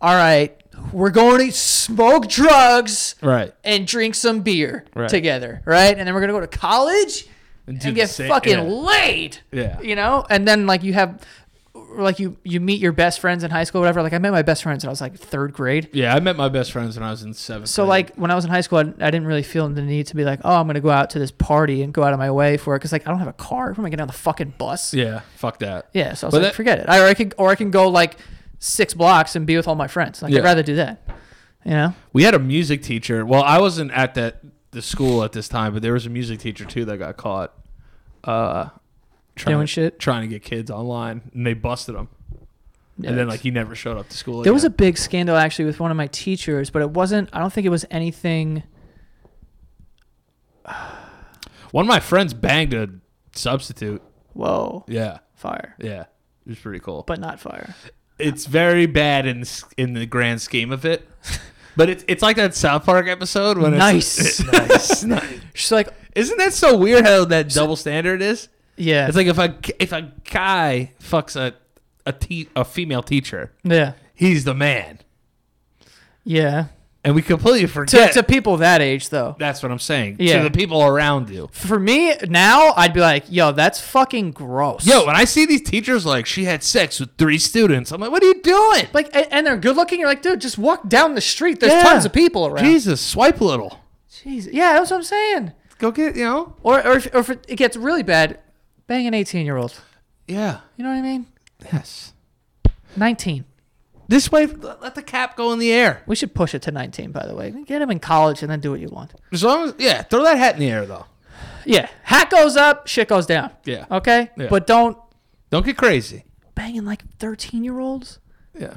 S1: all right, we're going to smoke drugs
S2: Right.
S1: and drink some beer
S2: Right.
S1: together, right? And then we're gonna go to college
S2: And
S1: and,
S2: do the
S1: get
S2: same-
S1: fucking
S2: yeah.
S1: laid.
S2: Yeah.
S1: You know? And then like you have like you you meet your best friends in high school, whatever. Like I met my best friends when I was like third grade.
S2: Yeah, I met my best friends when I was in seventh.
S1: So
S2: grade.
S1: like when I was in high school, I, I didn't really feel the need to be like, oh, I'm gonna go out to this party and go out of my way for it, because like I don't have a car. Who am I getting on the fucking bus?
S2: yeah, fuck that.
S1: Yeah, so I was
S2: But
S1: like,
S2: that-
S1: forget it. I, or I could, or I can go like six blocks and be with all my friends. Like
S2: Yeah.
S1: I'd rather do that. You know?
S2: We had a music teacher. Well, I wasn't at that the school at this time, but there was a music teacher too that got caught. Uh, trying
S1: Doing
S2: to,
S1: shit?
S2: trying to get kids online, and they busted him. And then like he never showed up to school.
S1: There was a
S2: again.
S1: big scandal actually with one of my teachers, but it wasn't. I don't think it was anything.
S2: one of my friends banged a substitute.
S1: Whoa,
S2: Yeah,
S1: fire,
S2: yeah, it was pretty cool.
S1: but not fire.
S2: it's very bad in s- in the grand scheme
S1: [laughs]
S2: of it. But it's it's like that South Park episode when
S1: Nice.
S2: it's [laughs] nice, nice.
S1: She's like,
S2: Isn't that so weird how that double standard is?
S1: yeah,
S2: It's like if a if a guy fucks a a te- a female teacher,
S1: yeah,
S2: he's the man,
S1: yeah.
S2: and we completely
S1: To,
S2: forget.
S1: to people that age though,
S2: that's what I'm saying.
S1: Yeah.
S2: To the people around you.
S1: for me now, I'd be like, yo, that's fucking gross.
S2: Yo, when I see these teachers like she had sex with three students, I'm like, what are you doing?
S1: like, and, and they're good looking. You're like, dude, just walk down the street. There's
S2: Yeah.
S1: tons of people around.
S2: Jesus, swipe a little.
S1: Jeez. yeah, that's what I'm saying.
S2: Go get you know.
S1: Or, or if, or if it gets really bad, bang an 18 year old.
S2: Yeah.
S1: You know what I mean?
S2: Yes.
S1: 19.
S2: This way, let the cap go in the air.
S1: We should push it to 19, by the way. Get him in college and then do what you want.
S2: As long as yeah, throw that hat in the air though.
S1: Yeah, hat goes up, shit goes down.
S2: Yeah.
S1: Okay,
S2: Yeah.
S1: but don't
S2: Don't get crazy.
S1: banging like thirteen year olds.
S2: Yeah.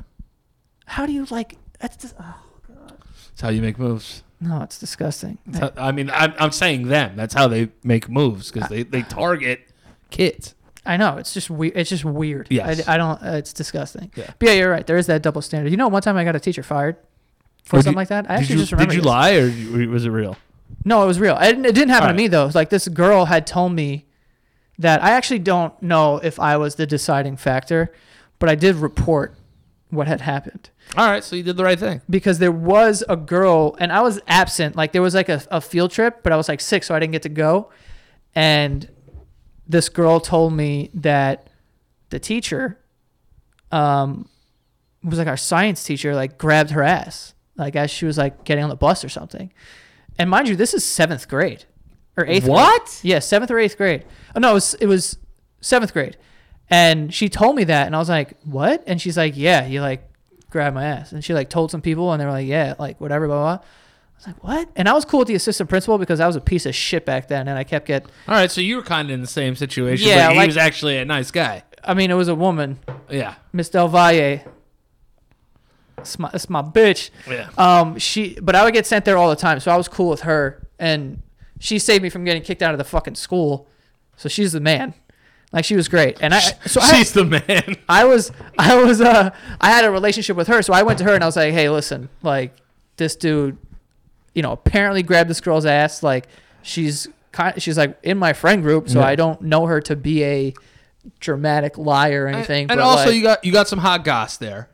S1: How do you like? That's just, oh,
S2: That's how you make moves.
S1: no, it's disgusting.
S2: That's how- I mean, I'm, I'm saying them. That's how they make moves because they, they target kids.
S1: I know it's just weird. It's just weird.
S2: Yes.
S1: I, I don't. Uh, it's disgusting.
S2: Yeah.
S1: But yeah, you're right. There is that double standard. You know, one time I got a teacher fired for something like that. I actually just remember.
S2: Did you
S1: this.
S2: lie or you- was it real?
S1: No, it was real. I didn't, it didn't happen to
S2: All
S1: me though. It was Like this girl had told me that I actually don't know if I was the deciding factor, but I did report what had happened.
S2: All right, so you did the right thing.
S1: because there was a girl and I was absent. Like there was like a, a field trip, but I was like sick, so I didn't get to go. And this girl told me that the teacher, um, was like our science teacher, like grabbed her ass, like as she was like getting on the bus or something. And mind you, this is seventh grade or eighth. grade.
S2: What?
S1: Yeah, seventh or eighth grade. Oh no, it was, it was seventh grade. And she told me that, and I was like, "What?" And she's like, "Yeah, he like grabbed my ass." And she like told some people, and they were like, "Yeah, like whatever, blah blah." blah. I was like, "What?" And I was cool with the assistant principal because I was a piece of shit back then, and I kept get.
S2: All right, so you were kind of in the same situation.
S1: Yeah,
S2: Yeah, but he
S1: like-
S2: was actually a nice guy.
S1: I mean, it was a woman,
S2: Yeah,
S1: Miss Del Valle. It's my, it's my bitch.
S2: yeah.
S1: Um, she, but I would get sent there all the time, so I was cool with her. And she saved me from getting kicked out of the fucking school. So she's the man. Like she was great. And I so I
S2: She's the
S1: [laughs]
S2: man.
S1: I was I was uh I had a relationship with her, so I went to her and I was like, "Hey, listen, like this dude, you know, apparently grabbed this girl's ass. Like she's kind, she's like in my friend group, so
S2: Yeah.
S1: I don't know her to be a dramatic liar or anything.
S2: and
S1: but
S2: also,
S1: like,
S2: you got you got some hot goss there.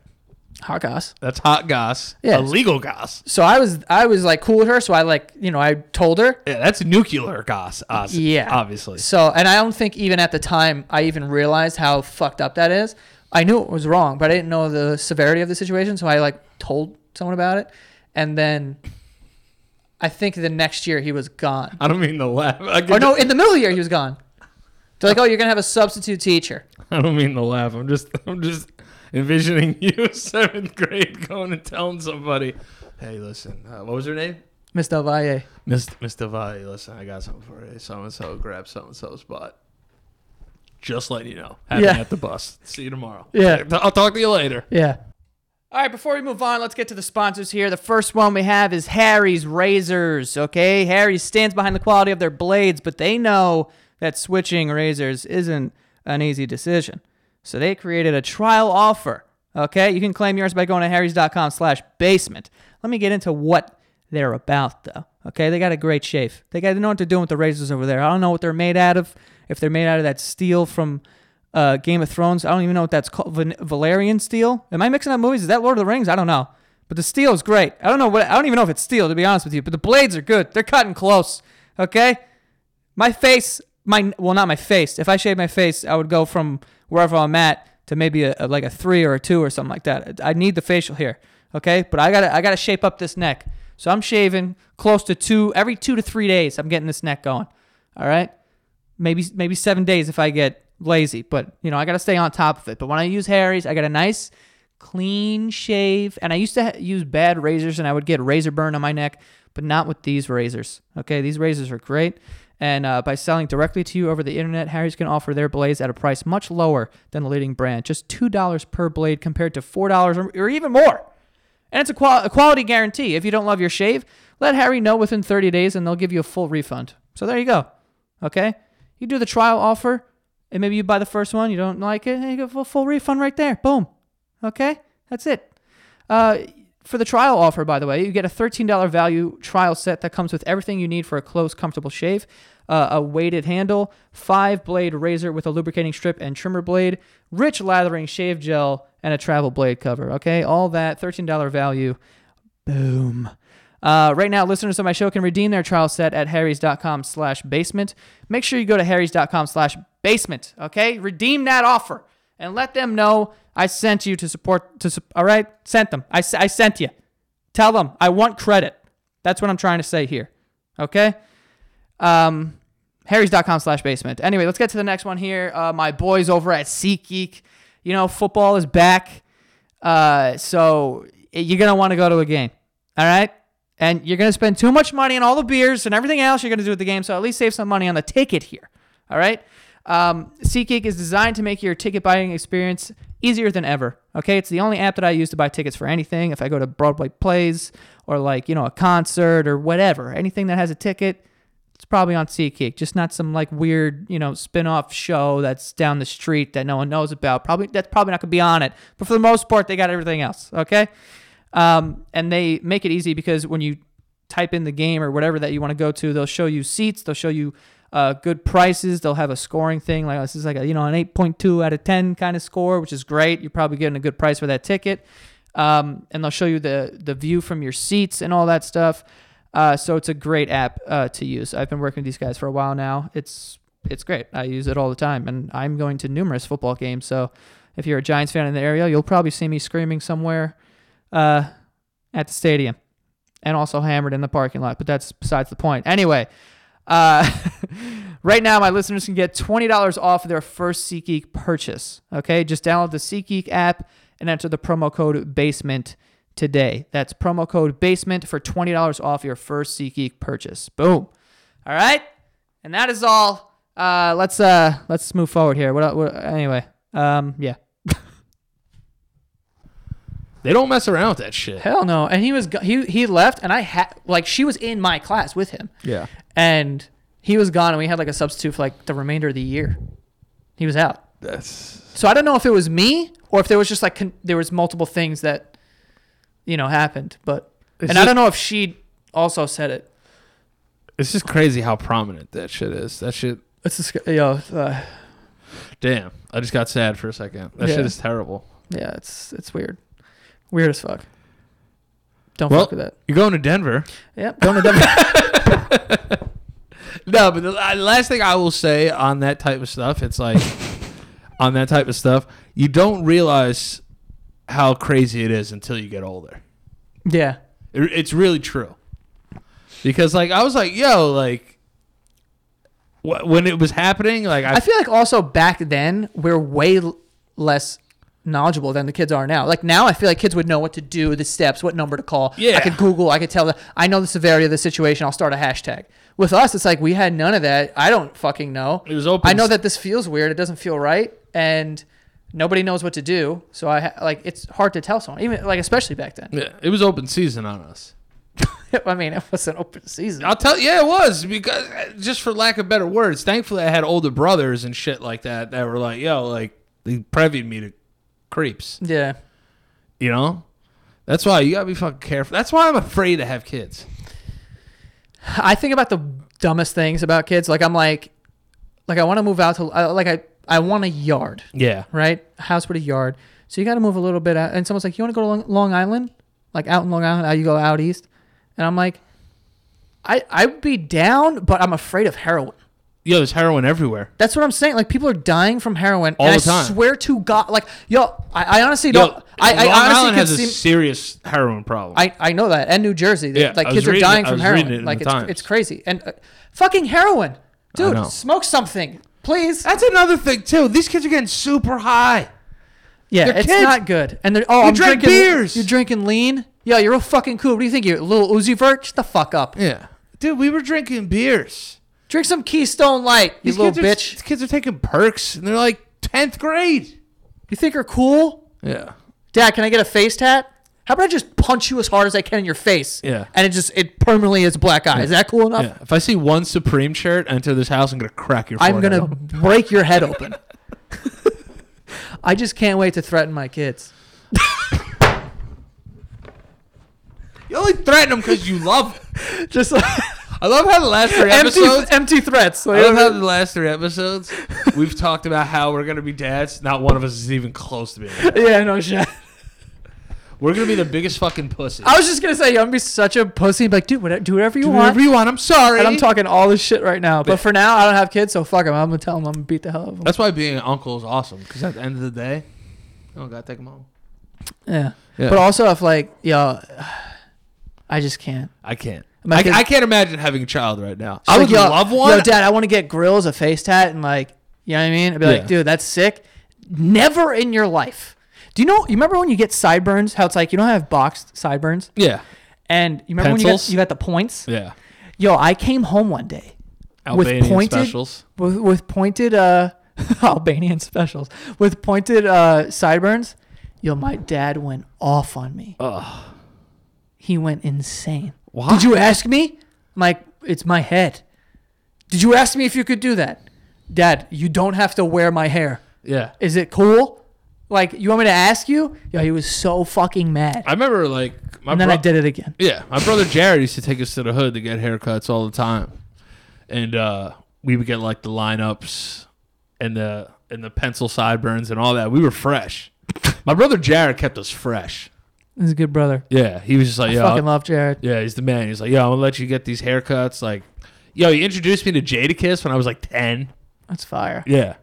S1: hot goss.
S2: That's hot goss.
S1: Yeah.
S2: Illegal goss.
S1: So I was I was like cool with her, so I like you know I told her.
S2: Yeah, that's nuclear goss. Obviously.
S1: Yeah.
S2: Obviously.
S1: So, and I don't think even at the time I even realized how fucked up that is. I knew it was wrong, but I didn't know the severity of the situation. So I like told someone about it. And then I think the next year he was gone.
S2: I don't mean to laugh. I,
S1: Or no, in the middle of the year he was gone. They're like, oh, you're going to have a substitute teacher.
S2: [laughs] I don't mean to laugh. I'm just I'm just envisioning [laughs] you seventh grade going and telling somebody, "Hey, listen, uh, what was her name?"
S1: Miss Del Valle.
S2: Miss Miss Devati, listen, I got something for you. So and so grab so and so's butt. Just letting you know. Have
S1: Yeah.
S2: it at the bus. See you tomorrow.
S1: Yeah.
S2: I'll talk to you later.
S1: Yeah. All right, before we move on, let's get to the sponsors here. The first one we have is Harry's Razors, okay? Harry's stands behind the quality of their blades, but they know that switching razors isn't an easy decision. So they created a trial offer, okay? You can claim yours by going to harrys.com slash basement. Let me get into what they're about, though, okay? They got a great shave. They, got, they know what they're doing with the razors over there. I don't know what they're made out of, if they're made out of that steel from uh, Game of Thrones. I don't even know what that's called. Van- Valerian steel. Am I mixing up movies? Is that Lord of the Rings? I don't know. But the steel is great. I don't know what. I don't even know if it's steel to be honest with you. But the blades are good. They're cutting close. Okay. My face, my well, not my face. If I shaved my face, I would go from wherever I'm at to maybe a, a- like a three or a two or something like that. I need the facial here, okay? But I gotta I gotta shape up this neck. So I'm shaving close to two every two to three days. I'm getting this neck going. All right, maybe maybe seven days if I get lazy. But you know I gotta stay on top of it. But when I use Harry's, I got a nice clean shave. And I used to ha- use bad razors and I would get razor burn on my neck, but not with these razors. Okay, these razors are great. And uh, by selling directly to you over the internet, Harry's can offer their blades at a price much lower than the leading brand, just $2 per blade compared to $4 or, or even more. And it's a, qual- a quality guarantee. If you don't love your shave, let Harry know within 30 days and they'll give you a full refund. So there you go. Okay? You do the trial offer and maybe you buy the first one, you don't like it, and you get a full- full refund right there. Boom. Okay? That's it. Uh, for the trial offer, by the way, you get a $13 value trial set that comes with everything you need for a close, comfortable shave uh, a weighted handle, five blade razor with a lubricating strip and trimmer blade, rich lathering shave gel, and a travel blade cover. Okay, all that $13 value. Boom. Uh, right now, listeners of my show can redeem their trial set at harrys.com slash basement. Make sure you go to harrys.com slash basement, okay? Redeem that offer and let them know I sent you to support, to, sup- all right? Sent them. I, s- I sent you. Tell them I want credit. That's what I'm trying to say here, okay? Um, harrys.com slash basement. Anyway, let's get to the next one here. Uh, my boys over at SeatGeek. You know, football is back. Uh, so eh, you're gonna want to go to a game, all right? And you're gonna spend too much money on all the beers and everything else you're gonna do at the game. So at least save some money on the ticket here, all right? Um, SeatGeek is designed to make your ticket buying experience easier than ever. Okay, it's the only app that I use to buy tickets for anything. If I go to Broadway plays or like you know a concert or whatever, anything that has a ticket, it's probably on SeatGeek, just not some like weird, you know, spin-off show that's down the street that no one knows about. Probably that's probably not gonna be on it. But for the most part, they got everything else. Okay, um, and they make it easy because when you type in the game or whatever that you want to go to, they'll show you seats, they'll show you uh, good prices, they'll have a scoring thing like this is like a you know an 8.2 out of 10 kind of score, which is great. You're probably getting a good price for that ticket, um, and they'll show you the the view from your seats and all that stuff. Uh, so it's a great app uh, to use. I've been working with these guys for a while now. It's it's great. I use it all the time, and I'm going to numerous football games. So if you're a Giants fan in the area, you'll probably see me screaming somewhere uh, at the stadium and also hammered in the parking lot, but that's besides the point. Anyway, uh, right now my listeners can get $20 off their first SeatGeek purchase. Okay, just download the SeatGeek app and enter the promo code BASEMENT today. That's promo code BASEMENT for $20 off your first SeatGeek purchase. Boom. All right, and that is all. Uh, let's uh, let's move forward here. What, what anyway? Um, yeah.
S2: They don't mess around with that shit.
S1: Hell no. And he was go- he he left, and I had like she was in my class with him,
S2: Yeah.
S1: and he was gone, and we had like a substitute for like the remainder of the year. He was out.
S2: That's
S1: So I don't know if it was me or if there was just like con- there was multiple things that you know happened, but
S2: It's
S1: and I
S2: just-
S1: don't know if she also said it.
S2: it's just crazy how prominent that shit is. That shit
S1: It's just, yo, uh,
S2: damn. I just got sad for a second. That
S1: Yeah.
S2: shit is terrible.
S1: yeah, it's it's weird, weird as fuck. Don't
S2: Well-
S1: fuck with that.
S2: You're going to Denver.
S1: Yep. Don't endeavor- [laughs]
S2: [laughs] No, but the la- last thing I will say on that type of stuff,
S1: [laughs]
S2: it's like on that type of stuff, you don't realize how crazy it is until you get older.
S1: yeah.
S2: It- it's really true. Because like I was like, yo, like wh- when it was happening, like I,
S1: I feel like also back then we're way l- less knowledgeable than the kids are now. Like now, I feel like kids would know what to do, the steps, what number to call.
S2: Yeah.
S1: I could Google. I could tell. The, I know the severity of the situation. I'll start a hashtag. With us, it's like we had none of that. I don't fucking know.
S2: It was open
S1: I know
S2: s-
S1: that this feels weird. It doesn't feel right, and nobody knows what to do. So I ha- like it's hard to tell someone, even like especially back then. [laughs]
S2: yeah, it was open season on us.
S1: I mean, it was an open season.
S2: I'll tell yeah, it was because just for lack of better words, thankfully I had older brothers and shit like that that were like, yo, like they previed me to creeps.
S1: yeah.
S2: You know? That's why you gotta be fucking careful. That's why I'm afraid to have kids.
S1: I think about the dumbest things about kids. Like I'm like, like I want to move out to uh, like I I want a yard,
S2: Yeah.
S1: right? A house with a yard. So you got to move a little bit out. And someone's like, you want to go to Long, Long Island, like out in Long Island? How you go out east? And I'm like, I I'd be down, but I'm afraid of heroin.
S2: Yo, there's heroin everywhere.
S1: That's what I'm saying. Like people are dying from heroin.
S2: All
S1: and
S2: the time.
S1: I swear to God, like yo, I, I honestly
S2: Yo,
S1: don't. I, I
S2: Long
S1: honestly
S2: Island
S1: could
S2: has a
S1: see-
S2: serious heroin problem.
S1: I, I know that, and New Jersey,
S2: Yeah,
S1: like
S2: I was
S1: kids are
S2: reading-
S1: dying
S2: I
S1: from
S2: was
S1: heroin.
S2: reading it in
S1: like
S2: the
S1: it's
S2: Times.
S1: it's crazy, and uh, fucking heroin, dude.
S2: know.
S1: Smoke something, please.
S2: That's another thing too. These kids are getting super high.
S1: yeah,
S2: they're
S1: it's
S2: kids.
S1: not good. And they're oh, I'm
S2: drank
S1: drinking
S2: beers.
S1: You're drinking lean. Yeah, you're a fucking cool. What do you think? You're a little Uzi Vert. Shut the fuck up.
S2: Yeah, dude, we were drinking beers.
S1: Drink some Keystone Light, you
S2: These
S1: little
S2: kids are,
S1: bitch.
S2: These kids are taking perks, and they're like tenth grade.
S1: you think you're cool,
S2: Yeah,
S1: Dad? Can I get a face tat? How about I just punch you as hard as I can in your face?
S2: Yeah.
S1: And it just it permanently is black eye. Is that cool enough?
S2: yeah. If I see one Supreme shirt enter this house, I'm gonna crack your.
S1: I'm
S2: Forehead.
S1: gonna break your head open. [laughs] I just can't wait to threaten my kids.
S2: You only threaten them because you love. It.
S1: Just [laughs] like
S2: I love how the last three
S1: empty,
S2: episodes.
S1: empty threats.
S2: I love how
S1: Like,
S2: the last three episodes we've talked about how we're gonna be dads. Not one of us is even close to being. a dad.
S1: yeah, no shit.
S2: We're gonna be the biggest fucking pussy.
S1: I was just gonna say, yo, I'm gonna be such a pussy. and be Like, dude, whatever, do whatever you
S2: Do
S1: want.
S2: whatever you want. I'm sorry.
S1: and I'm talking all this shit right now. But for now, I don't have kids, so fuck them. I'm gonna tell them I'm gonna beat the hell out of them.
S2: That's why being an uncle is awesome. Because at the end of the day, I don't gotta take them home.
S1: Yeah.
S2: Yeah.
S1: But also, if like, yo, [sighs] I just can't.
S2: I can't.
S1: My
S2: I,
S1: kids-
S2: I can't imagine having a child right now. I
S1: Like,
S2: would
S1: yo,
S2: love one.
S1: Yo, dad, I want to get grills, a face tat, and like, you know what I mean? I'd be
S2: Yeah.
S1: like, dude, that's sick. Never in your life. Do you know? You remember when you get sideburns? How it's like you don't have boxed sideburns,
S2: yeah,
S1: and you remember when you
S2: Pencils?
S1: got you got the points?
S2: yeah.
S1: Yo, I came home one day
S2: Albanian
S1: with pointed
S2: specials.
S1: with, with pointed uh [laughs] Albanian specials with pointed uh sideburns. Yo, my dad went off on me. He went insane.
S2: Why?
S1: Did you ask me? I'm like, it's my head. Did you ask me if you could do that? Dad, you don't have to wear my hair.
S2: Yeah,
S1: Is it cool? Like, you want me to ask you? Yo, he was so fucking mad.
S2: I remember like my
S1: and then I
S2: bro-
S1: did it again.
S2: Yeah, my brother Jared used to take us to the hood to get haircuts all the time, and uh, we would get like the lineups and the and the pencil sideburns and all that. We were fresh. my brother Jared kept us fresh.
S1: He's a good brother.
S2: Yeah, he was just like,
S1: I
S2: yeah,
S1: fucking love Jared.
S2: Yeah, he's the man. He's like, yo, I'm gonna let you get these haircuts. Like, yo, he introduced me to Jadakiss when I was like ten.
S1: That's fire. [laughs]
S2: Yeah.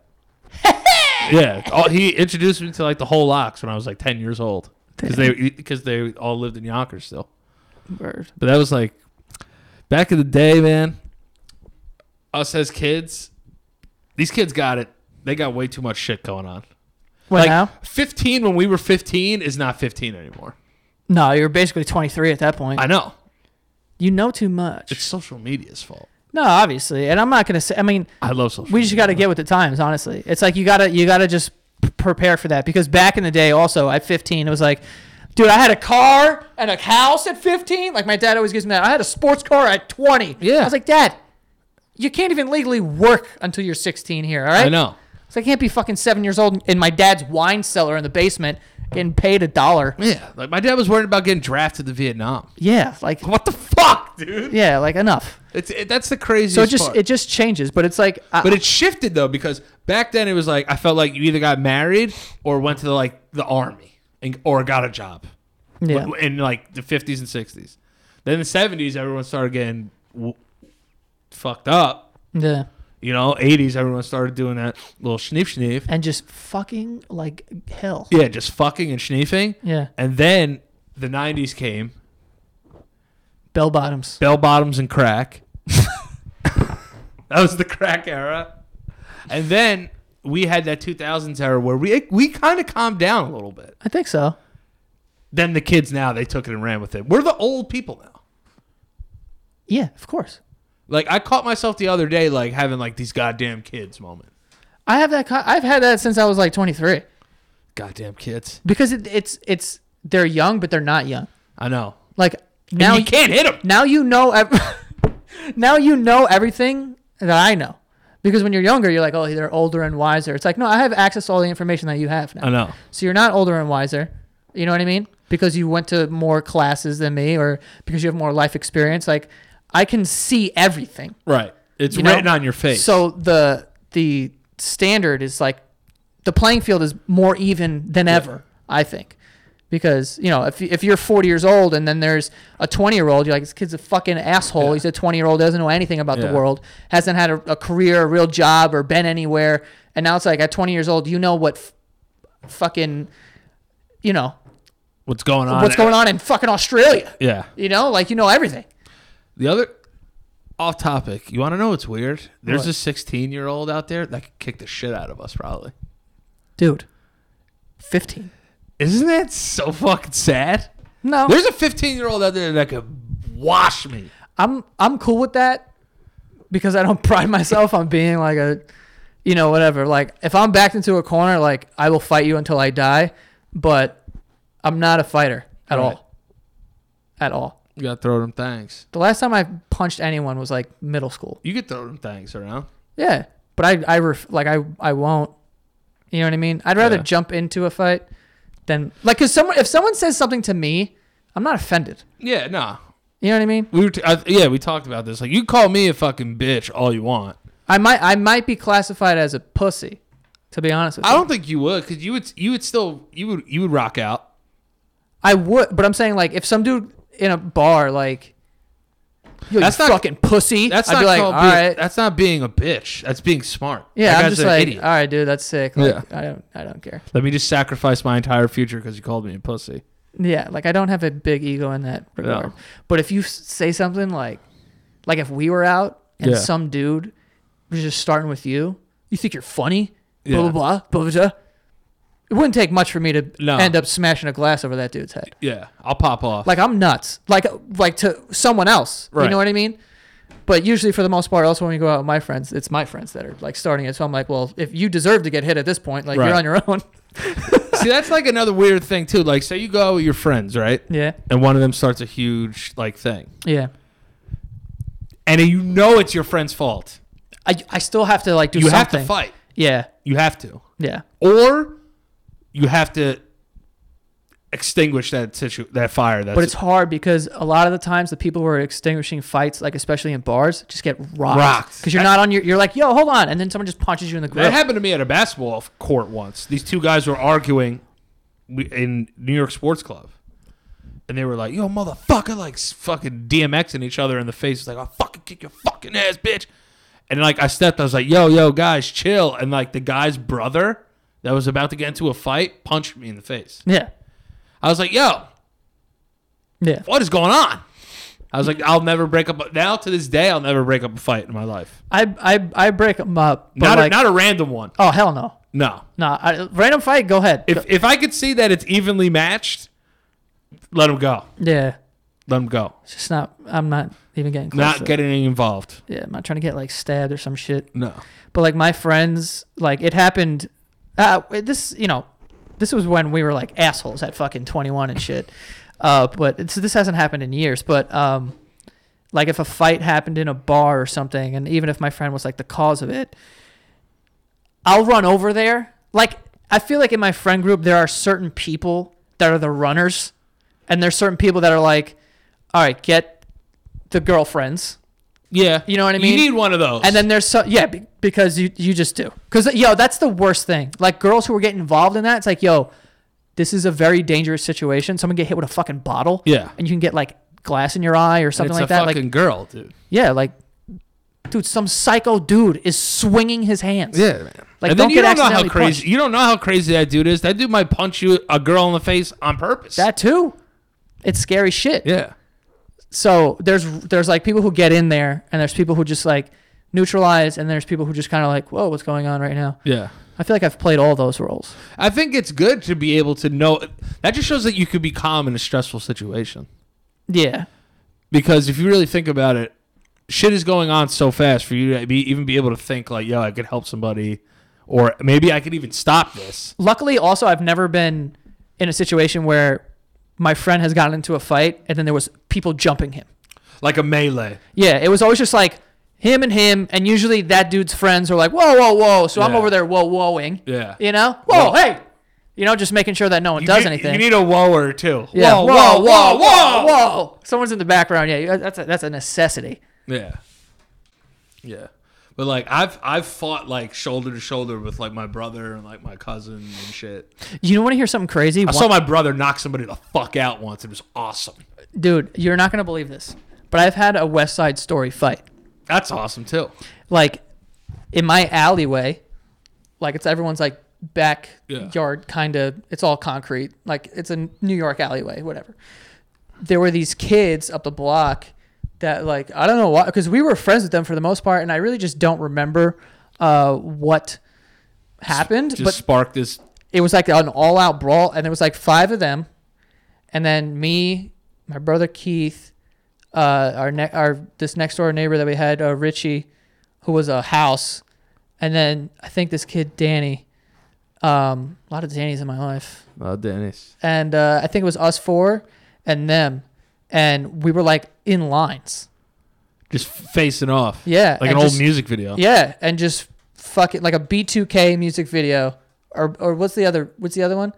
S2: yeah. All, he introduced me to like the whole locks when I was like ten years old because they because they all lived in Yonkers still.
S1: Bird.
S2: But that was like back in the day, man. Us as kids, these kids got it. They got way too much shit going on.
S1: What
S2: like
S1: now?
S2: 15 when we were 15 is not 15 anymore.
S1: No, you're basically 23 at that point.
S2: I know.
S1: you know too much.
S2: It's social media's fault.
S1: no, obviously, and I'm not gonna say. I mean,
S2: I love social.
S1: we just
S2: media.
S1: got to get with the times. Honestly, it's like you gotta you gotta just p- prepare for that because back in the day, also at 15, it was like Dude, I had a car and a house at 15. Like my dad always gives me that. I had a sports car at 20.
S2: Yeah.
S1: I was like, Dad, you can't even legally work until you're 16 here. All right.
S2: I know.
S1: So I can't be fucking seven years old in my dad's wine cellar in the basement getting paid a dollar.
S2: Yeah, like my dad was worried about getting drafted to Vietnam.
S1: Yeah. Like,
S2: What the fuck, dude?
S1: yeah, like enough.
S2: [laughs] It's it, that's the craziest.
S1: So it just
S2: part.
S1: it just changes, but it's like I,
S2: but it shifted though because back then it was like I felt like you either got married or went to the, like the army and, or got a job.
S1: yeah.
S2: in like the 50s and 60s. Then the 70s, everyone started getting w- fucked up.
S1: yeah.
S2: You know, 80s, everyone started doing that little schneef schneef.
S1: And just fucking like hell.
S2: Yeah, just fucking and schneefing.
S1: Yeah.
S2: And then the 90s came,
S1: Bell bottoms.
S2: bell bottoms and crack. [laughs] that was the crack era. And then we had that 2000s era where we we kind of calmed down a little bit.
S1: I think so.
S2: Then the kids now, they took it and ran with it. We're the old people now.
S1: Yeah, of course.
S2: Like I caught myself the other day like having like these goddamn kids moment.
S1: I have that. co- I've had that since I was like 23
S2: Goddamn kids.
S1: because it, it's it's they're young, but they're not young.
S2: I know.
S1: Like
S2: Now
S1: now,
S2: you can't hit them.
S1: now you know. Ev- [laughs] now you know everything that I know because when you're younger, you're like, oh, they're older and wiser. It's like, no, I have access to all the information that you have now.
S2: know.
S1: So you're not older and wiser. You know what I mean? Because you went to more classes than me, or because you have more life experience. Like I can see everything.
S2: Right. It's
S1: you know?
S2: written on your face.
S1: So the the standard is like the playing field is more even than ever, I think. Because, you know, if, if you're 40 years old and then there's a 20 year old, you're like, this kid's a fucking asshole. He's a 20 year old, doesn't know anything about
S2: Yeah.
S1: the world, hasn't had a, a career, a real job, or been anywhere. And now it's like, at 20 years old, you know what f- fucking, you know,
S2: what's going on?
S1: what's going on in fucking Australia.
S2: Yeah.
S1: You know, like, you know everything.
S2: The other off topic. You want to know what's weird? There's
S1: What?
S2: a 16 year old out there that could kick the shit out of us probably.
S1: Dude, 15.
S2: Isn't that so fucking sad?
S1: No.
S2: There's a 15 year old out there that could wash me.
S1: I'm I'm cool with that because I don't [laughs] pride myself on being like a you know whatever. Like if I'm backed into a corner, like I will fight you until I die, but I'm not a fighter at
S2: Right.
S1: all. At all.
S2: You gotta throw them things.
S1: The last time I punched anyone was like middle school.
S2: You could throw them things around.
S1: Yeah, but I I ref, like I I won't. You know what I mean? I'd rather
S2: Yeah.
S1: jump into a fight than like cuz someone if someone says something to me, I'm not offended.
S2: Yeah, nah.
S1: You know what I mean?
S2: We were t- I, yeah, we talked about this. Like you call me a fucking bitch all you want.
S1: I might I might be classified as a pussy to be honest with you.
S2: I don't think you would, because you would you would still you would you would rock out.
S1: I would, but I'm saying like if some dude in a bar like, yo,
S2: That's
S1: you
S2: not-
S1: fucking pussy.
S2: That's
S1: I'd
S2: not
S1: be like, all
S2: called
S1: right,
S2: being, that's not being a bitch. That's being smart.
S1: yeah,
S2: That
S1: I'm
S2: guy's
S1: just
S2: an
S1: like, uh,
S2: idiot.
S1: all right, dude, that's sick. Like,
S2: Yeah.
S1: I don't, I don't care.
S2: Let me just sacrifice my entire future because you called me a pussy.
S1: Yeah, like I don't have a big ego in that regard. But if you s- say something like, like if we were out and
S2: Yeah.
S1: some dude was just starting with you, you think you're funny,
S2: Yeah.
S1: blah blah blah blah blah. blah. It wouldn't take much for me to
S2: No.
S1: end up smashing a glass over that dude's head.
S2: Yeah, I'll
S1: [laughs]
S2: pop off.
S1: like I'm nuts. Like like to someone else. You
S2: Right.
S1: know what I mean? But usually for the most part, also when we go out with my friends, it's my friends that are like starting it. So I'm like, well, if you deserve to get hit at this point, like
S2: Right.
S1: you're on your own. [laughs]
S2: See, that's like another weird thing too. Like, say you go out with your friends, right?
S1: Yeah.
S2: And one of them starts a huge like thing,
S1: Yeah.
S2: and you know it's your friend's fault.
S1: I, I still have to like do
S2: you have
S1: something.
S2: to fight.
S1: Yeah.
S2: You have to,
S1: Yeah.
S2: or you have to extinguish that situ- that fire. That's
S1: But it's hard because a lot of the times the people who are extinguishing fights, like especially in bars, just get rocked.
S2: Rocked.
S1: Because you're not on your, you're like, yo, hold on. And then someone just punches you in the grill.
S2: That happened to me at a basketball f- court once. These two guys were arguing we- in New York Sports Club. And they were like, yo, motherfucker, like s- fucking DMXing each other in the face. Like, I'll fucking kick your fucking ass, bitch. And like, I stepped, I was like, yo, yo, guys, chill. And like, the guy's brother that was about to get into a fight punched me in the face.
S1: yeah.
S2: I was like, yo,
S1: Yeah.
S2: what is going on? I was like, I'll never break up. a- Now to this day, I'll never break up a fight in my life.
S1: I, I, I break them up. But
S2: Not,
S1: like,
S2: a, not a random one.
S1: oh, hell no.
S2: No.
S1: No. I, random fight, go ahead.
S2: If if I could see that it's evenly matched, let him go.
S1: yeah.
S2: Let him go.
S1: It's just not. I'm not even getting close. to
S2: Not
S1: it.
S2: getting involved.
S1: Yeah, I'm not trying to get like stabbed or some shit.
S2: No.
S1: But like my friends, like it happened. Uh, this you know, This was when we were like assholes at fucking 21 and shit. Uh, but it's, this hasn't happened in years. But um, like if a fight happened in a bar or something, and even if my friend was like the cause of it, I'll run over there. Like I feel like in my friend group there are certain people that are the runners, and there's certain people that are like, all right, get the girlfriends.
S2: Yeah.
S1: You know what I mean?
S2: You need one of those.
S1: And then there's so yeah be- because you you just do because yo that's the worst thing. Like girls who are getting involved in that, it's like yo, this is a very dangerous situation. Someone get hit with a fucking bottle.
S2: Yeah.
S1: and you can get like glass in your eye or something
S2: it's
S1: like
S2: a
S1: that.
S2: fucking
S1: Like
S2: girl, dude.
S1: yeah, like dude, some psycho dude is swinging his hands.
S2: man.
S1: Like, don't
S2: and then you
S1: get
S2: don't know how
S1: accidentally
S2: crazy
S1: punched.
S2: you don't know how crazy that dude is. That dude might punch you a girl in the face on purpose.
S1: that too. It's scary shit.
S2: yeah.
S1: so there's there's like people who get in there and there's people who just like neutralize and there's people who just kind of like whoa what's going on right now
S2: Yeah.
S1: i feel like i've played all those roles
S2: I think it's good to be able to know that just shows that you could be calm in a stressful situation.
S1: yeah
S2: Because if you really think about it, shit is going on so fast for you to be even be able to think like, yo, I could help somebody or maybe I could even stop this.
S1: luckily also i've never been in a situation where my friend has gotten into a fight and then there was people jumping him
S2: Like a melee.
S1: yeah it was always just like him and him and usually that dude's friends are like whoa whoa whoa so i'm
S2: Yeah.
S1: over there whoa whoa-ing
S2: Yeah.
S1: you know whoa,
S2: Whoa.
S1: hey you know just making sure that no one
S2: You
S1: does
S2: need-
S1: anything
S2: You need a whoa too.
S1: yeah.
S2: Whoa, whoa, whoa, whoa, whoa.
S1: whoa. Someone's in the background. Yeah, that's a, that's a necessity.
S2: Yeah. Yeah. But like I've I've fought like shoulder to shoulder with like my brother and like my cousin and shit.
S1: You want to hear something crazy?
S2: I
S1: One-
S2: saw my brother knock somebody the fuck out once. It was awesome.
S1: Dude, you're not going to believe this, but I've had a West Side Story fight.
S2: That's awesome too.
S1: Like, in my alleyway, like, it's everyone's, like,
S2: Yeah.
S1: backyard kind of, it's all concrete. Like, it's a New York alleyway, whatever. There were these kids up the block that, like, I don't know why, because we were friends with them for the most part, and I really just don't remember uh, what happened.
S2: Just
S1: but
S2: sparked this.
S1: it was like an all out brawl, and there was like five of them, and then me, my brother Keith, uh, our ne- our this next door neighbor that we had, uh, Richie, who was a house, and then I think this kid Danny. Um, a lot of Danny's in my life,
S2: Oh, Dennis.
S1: and uh, I think it was us four and them, and we were like in lines.
S2: Just facing off.
S1: Yeah,
S2: Like
S1: and
S2: an old
S1: just-
S2: music video.
S1: Yeah, and just fuck it like a B2K music video, or or what's the other what's the other one?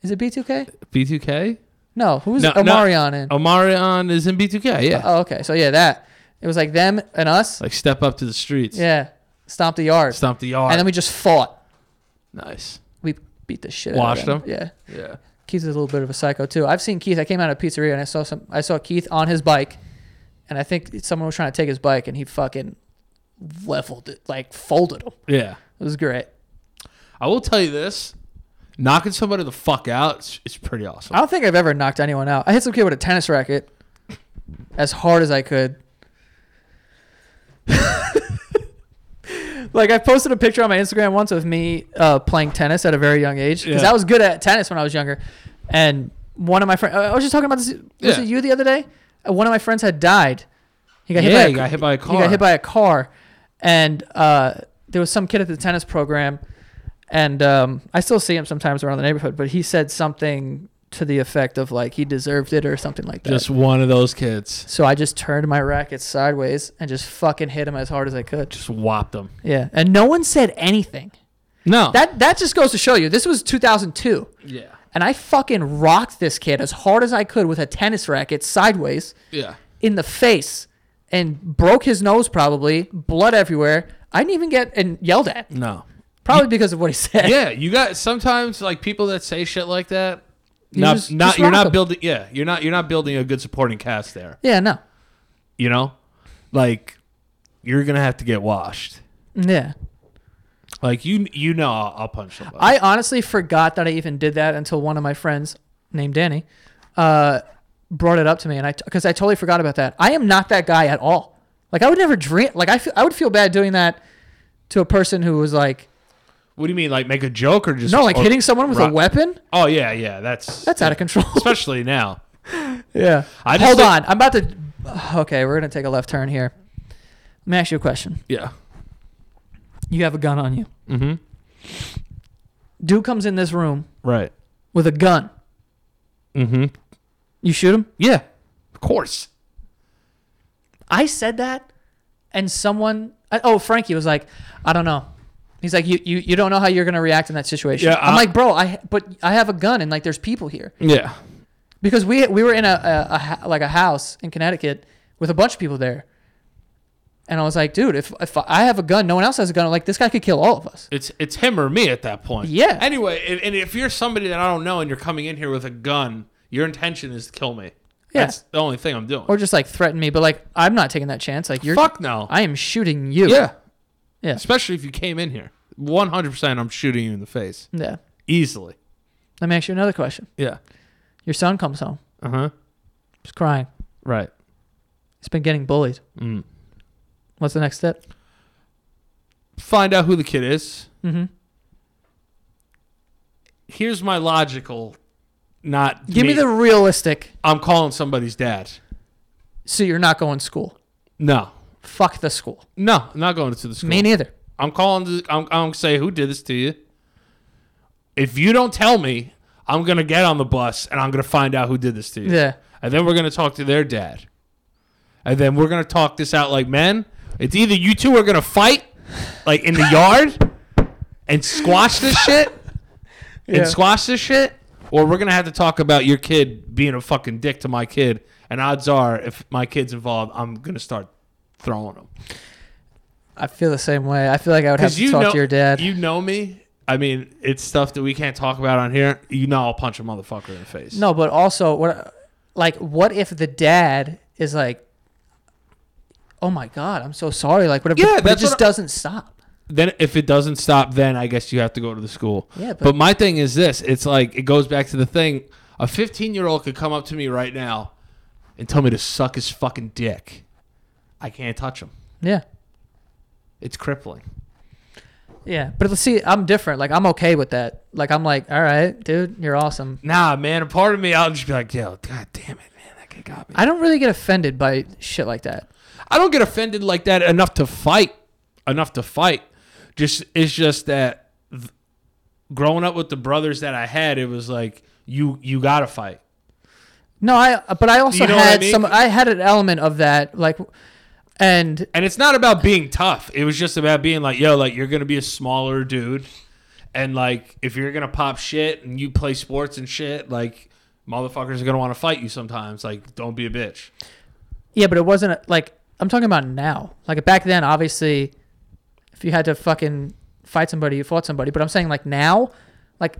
S1: Is it B2K?
S2: B2K?
S1: No, who's
S2: No, no.
S1: Omarion in?
S2: Omarion is in B2K, yeah.
S1: Oh, okay. So yeah, that it was like them and us.
S2: like step up to the streets.
S1: yeah, stomp the yard,
S2: Stomp the yard.
S1: and then we just fought.
S2: nice.
S1: We beat the shit. out
S2: Washed
S1: of
S2: them?
S1: Yeah,
S2: Yeah.
S1: Keith is a little bit of a psycho too. I've seen Keith. I came out of a pizzeria and I saw some. I saw Keith on his bike, and I think someone was trying to take his bike, and he fucking leveled it, like folded him.
S2: Yeah.
S1: It was great.
S2: I will tell you this. Knocking somebody the fuck out is, is pretty awesome.
S1: I don't think I've ever knocked anyone out. I hit some kid with a tennis racket as hard as I could. [laughs] like I posted a picture on my Instagram once of me uh, playing tennis at a very young age because
S2: Yeah.
S1: I was good at tennis when I was younger. And one of my friends, I was just talking about this. Was
S2: Yeah.
S1: it you the other day? Uh, One of my friends had died. He got
S2: Yeah,
S1: hit by
S2: he
S1: a,
S2: got hit by a
S1: He
S2: car.
S1: got hit by a car, and uh, there was some kid at the tennis program, and um, I still see him sometimes around the neighborhood. But he said something to the effect of like he deserved it or something like that.
S2: Just one of those kids.
S1: so I just turned my racket sideways and just fucking hit him as hard as I could.
S2: Just whopped them.
S1: Yeah, and no one said anything.
S2: No.
S1: That that just goes to show you. This was 2002,
S2: yeah.
S1: and I fucking rocked this kid as hard as I could with a tennis racket sideways
S2: Yeah.
S1: in the face and broke his nose probably, blood everywhere. I didn't even get and yelled at.
S2: No.
S1: Probably because of what he said.
S2: [laughs] Yeah, you got sometimes like people that say shit like that.
S1: You
S2: not
S1: just-
S2: not
S1: just
S2: you're
S1: rock
S2: not
S1: 'em.
S2: building yeah, you're not you're not building a good supporting cast there.
S1: [laughs] Yeah, no.
S2: You know? Like you're gonna have to get washed.
S1: Yeah.
S2: Like you you know I'll, I'll punch somebody.
S1: I honestly forgot that I even did that until one of my friends named Danny uh, brought it up to me, and I because I totally forgot about that. I am not that guy at all. Like I would never dream. Like I feel, I would feel bad doing that to a person who was like
S2: what do you mean, like make a joke or just
S1: no, like
S2: or-
S1: hitting someone with
S2: Oh, Right.
S1: a weapon.
S2: Oh yeah, yeah, that's
S1: That's out of control. [laughs]
S2: especially now.
S1: yeah.
S2: I just
S1: Hold
S2: think-
S1: on. I'm about to. [sighs] Okay, we're gonna take a left turn here. Let me ask you a question.
S2: Yeah.
S1: You have a gun on you.
S2: Mm-hmm.
S1: Dude comes in this room
S4: Right.
S1: with a gun.
S4: Mm-hmm.
S1: You shoot him?
S4: Yeah. Of course.
S1: I said that, and someone, I- oh Frankie was like, I don't know. He's like, you you, you don't know how you're gonna react in that situation.
S4: Yeah,
S1: I'm
S4: I-
S1: like, bro, I but I have a gun and like there's people here
S4: Yeah.
S1: because we we were in a, a, a ho- like a house in Connecticut with a bunch of people there, and I was like, dude, if if I have a gun, no one else has a gun. Like this guy could kill all of us.
S2: It's it's him or me at that point.
S1: Yeah.
S2: Anyway, and, and if you're somebody that I don't know and you're coming in here with a gun, your intention is to kill me.
S1: Yeah.
S2: That's the only thing I'm doing.
S1: Or just like threaten me, but like I'm not taking that chance. Like you're,
S2: Fuck no.
S1: I am shooting you.
S2: yeah.
S1: Yeah.
S2: Especially if you came in here. 100% I'm shooting you in the face.
S1: yeah.
S2: Easily.
S1: Let me ask you another question.
S2: Yeah.
S1: Your son comes home,
S2: Uh-huh.
S1: he's crying,
S2: Right.
S1: he's been getting bullied.
S2: Mm.
S1: What's the next step?
S2: Find out who the kid is.
S1: Mm-hmm.
S2: Here's my logical not
S1: Give me the realistic.
S2: I'm calling somebody's dad.
S1: So you're not going to school.
S2: No.
S1: Fuck the school.
S2: No, I'm not going to the school.
S1: Me neither.
S2: I'm calling. The, I'm, I'm gonna say who did this to you. If you don't tell me, I'm gonna get on the bus and I'm gonna find out who did this to you.
S1: Yeah.
S2: And then we're gonna talk to their dad. And then we're gonna talk this out like men. It's either you two are gonna fight, like
S1: [laughs]
S2: in the yard, and squash this shit,
S1: Yeah.
S2: and squash this shit, or we're gonna have to talk about your kid being a fucking dick to my kid. And odds are, if my kid's involved, I'm gonna start throwing him.
S1: I feel the same way. I feel like I would have
S2: Because
S1: to
S2: you
S1: talk
S2: know,
S1: to your dad.
S2: You know me. I mean, it's stuff that we can't talk about on here. You know, I'll punch a motherfucker in the face.
S1: no, but also what like what if the dad is like Oh my god, I'm so sorry. Like whatever
S2: Yeah,
S1: but it
S2: that's
S1: just
S2: what I-
S1: doesn't stop.
S2: Then if it doesn't stop, then I guess you have to go to the school.
S1: Yeah, but-
S2: But, my thing is this: it's like it goes back to the thing. A 15 year old could come up to me right now and tell me to suck his fucking dick. I can't touch him.
S1: Yeah.
S2: It's crippling.
S1: Yeah. But let's see, I'm different. Like I'm okay with that. Like I'm like, all right, dude, you're awesome.
S2: Nah, man. A part of me, I'll just be like, yo, god damn it, man, that kid got me.
S1: I don't really get offended by shit like that.
S2: I don't get offended like that enough to fight, enough to fight. Just it's just that th- growing up with the brothers that I had, it was like you you gotta fight.
S1: No, I but I also
S2: know what I
S1: had
S2: mean?
S1: some I had an element of that like and
S2: And it's not about being tough. It was just about being like, yo, like you're gonna be a smaller dude, and like if you're gonna pop shit and you play sports and shit, like motherfuckers are gonna want to fight you sometimes. Like don't be a bitch.
S1: Yeah, but it wasn't like I'm talking about now. Like back then, obviously, if you had to fucking fight somebody, you fought somebody. But I'm saying like now, like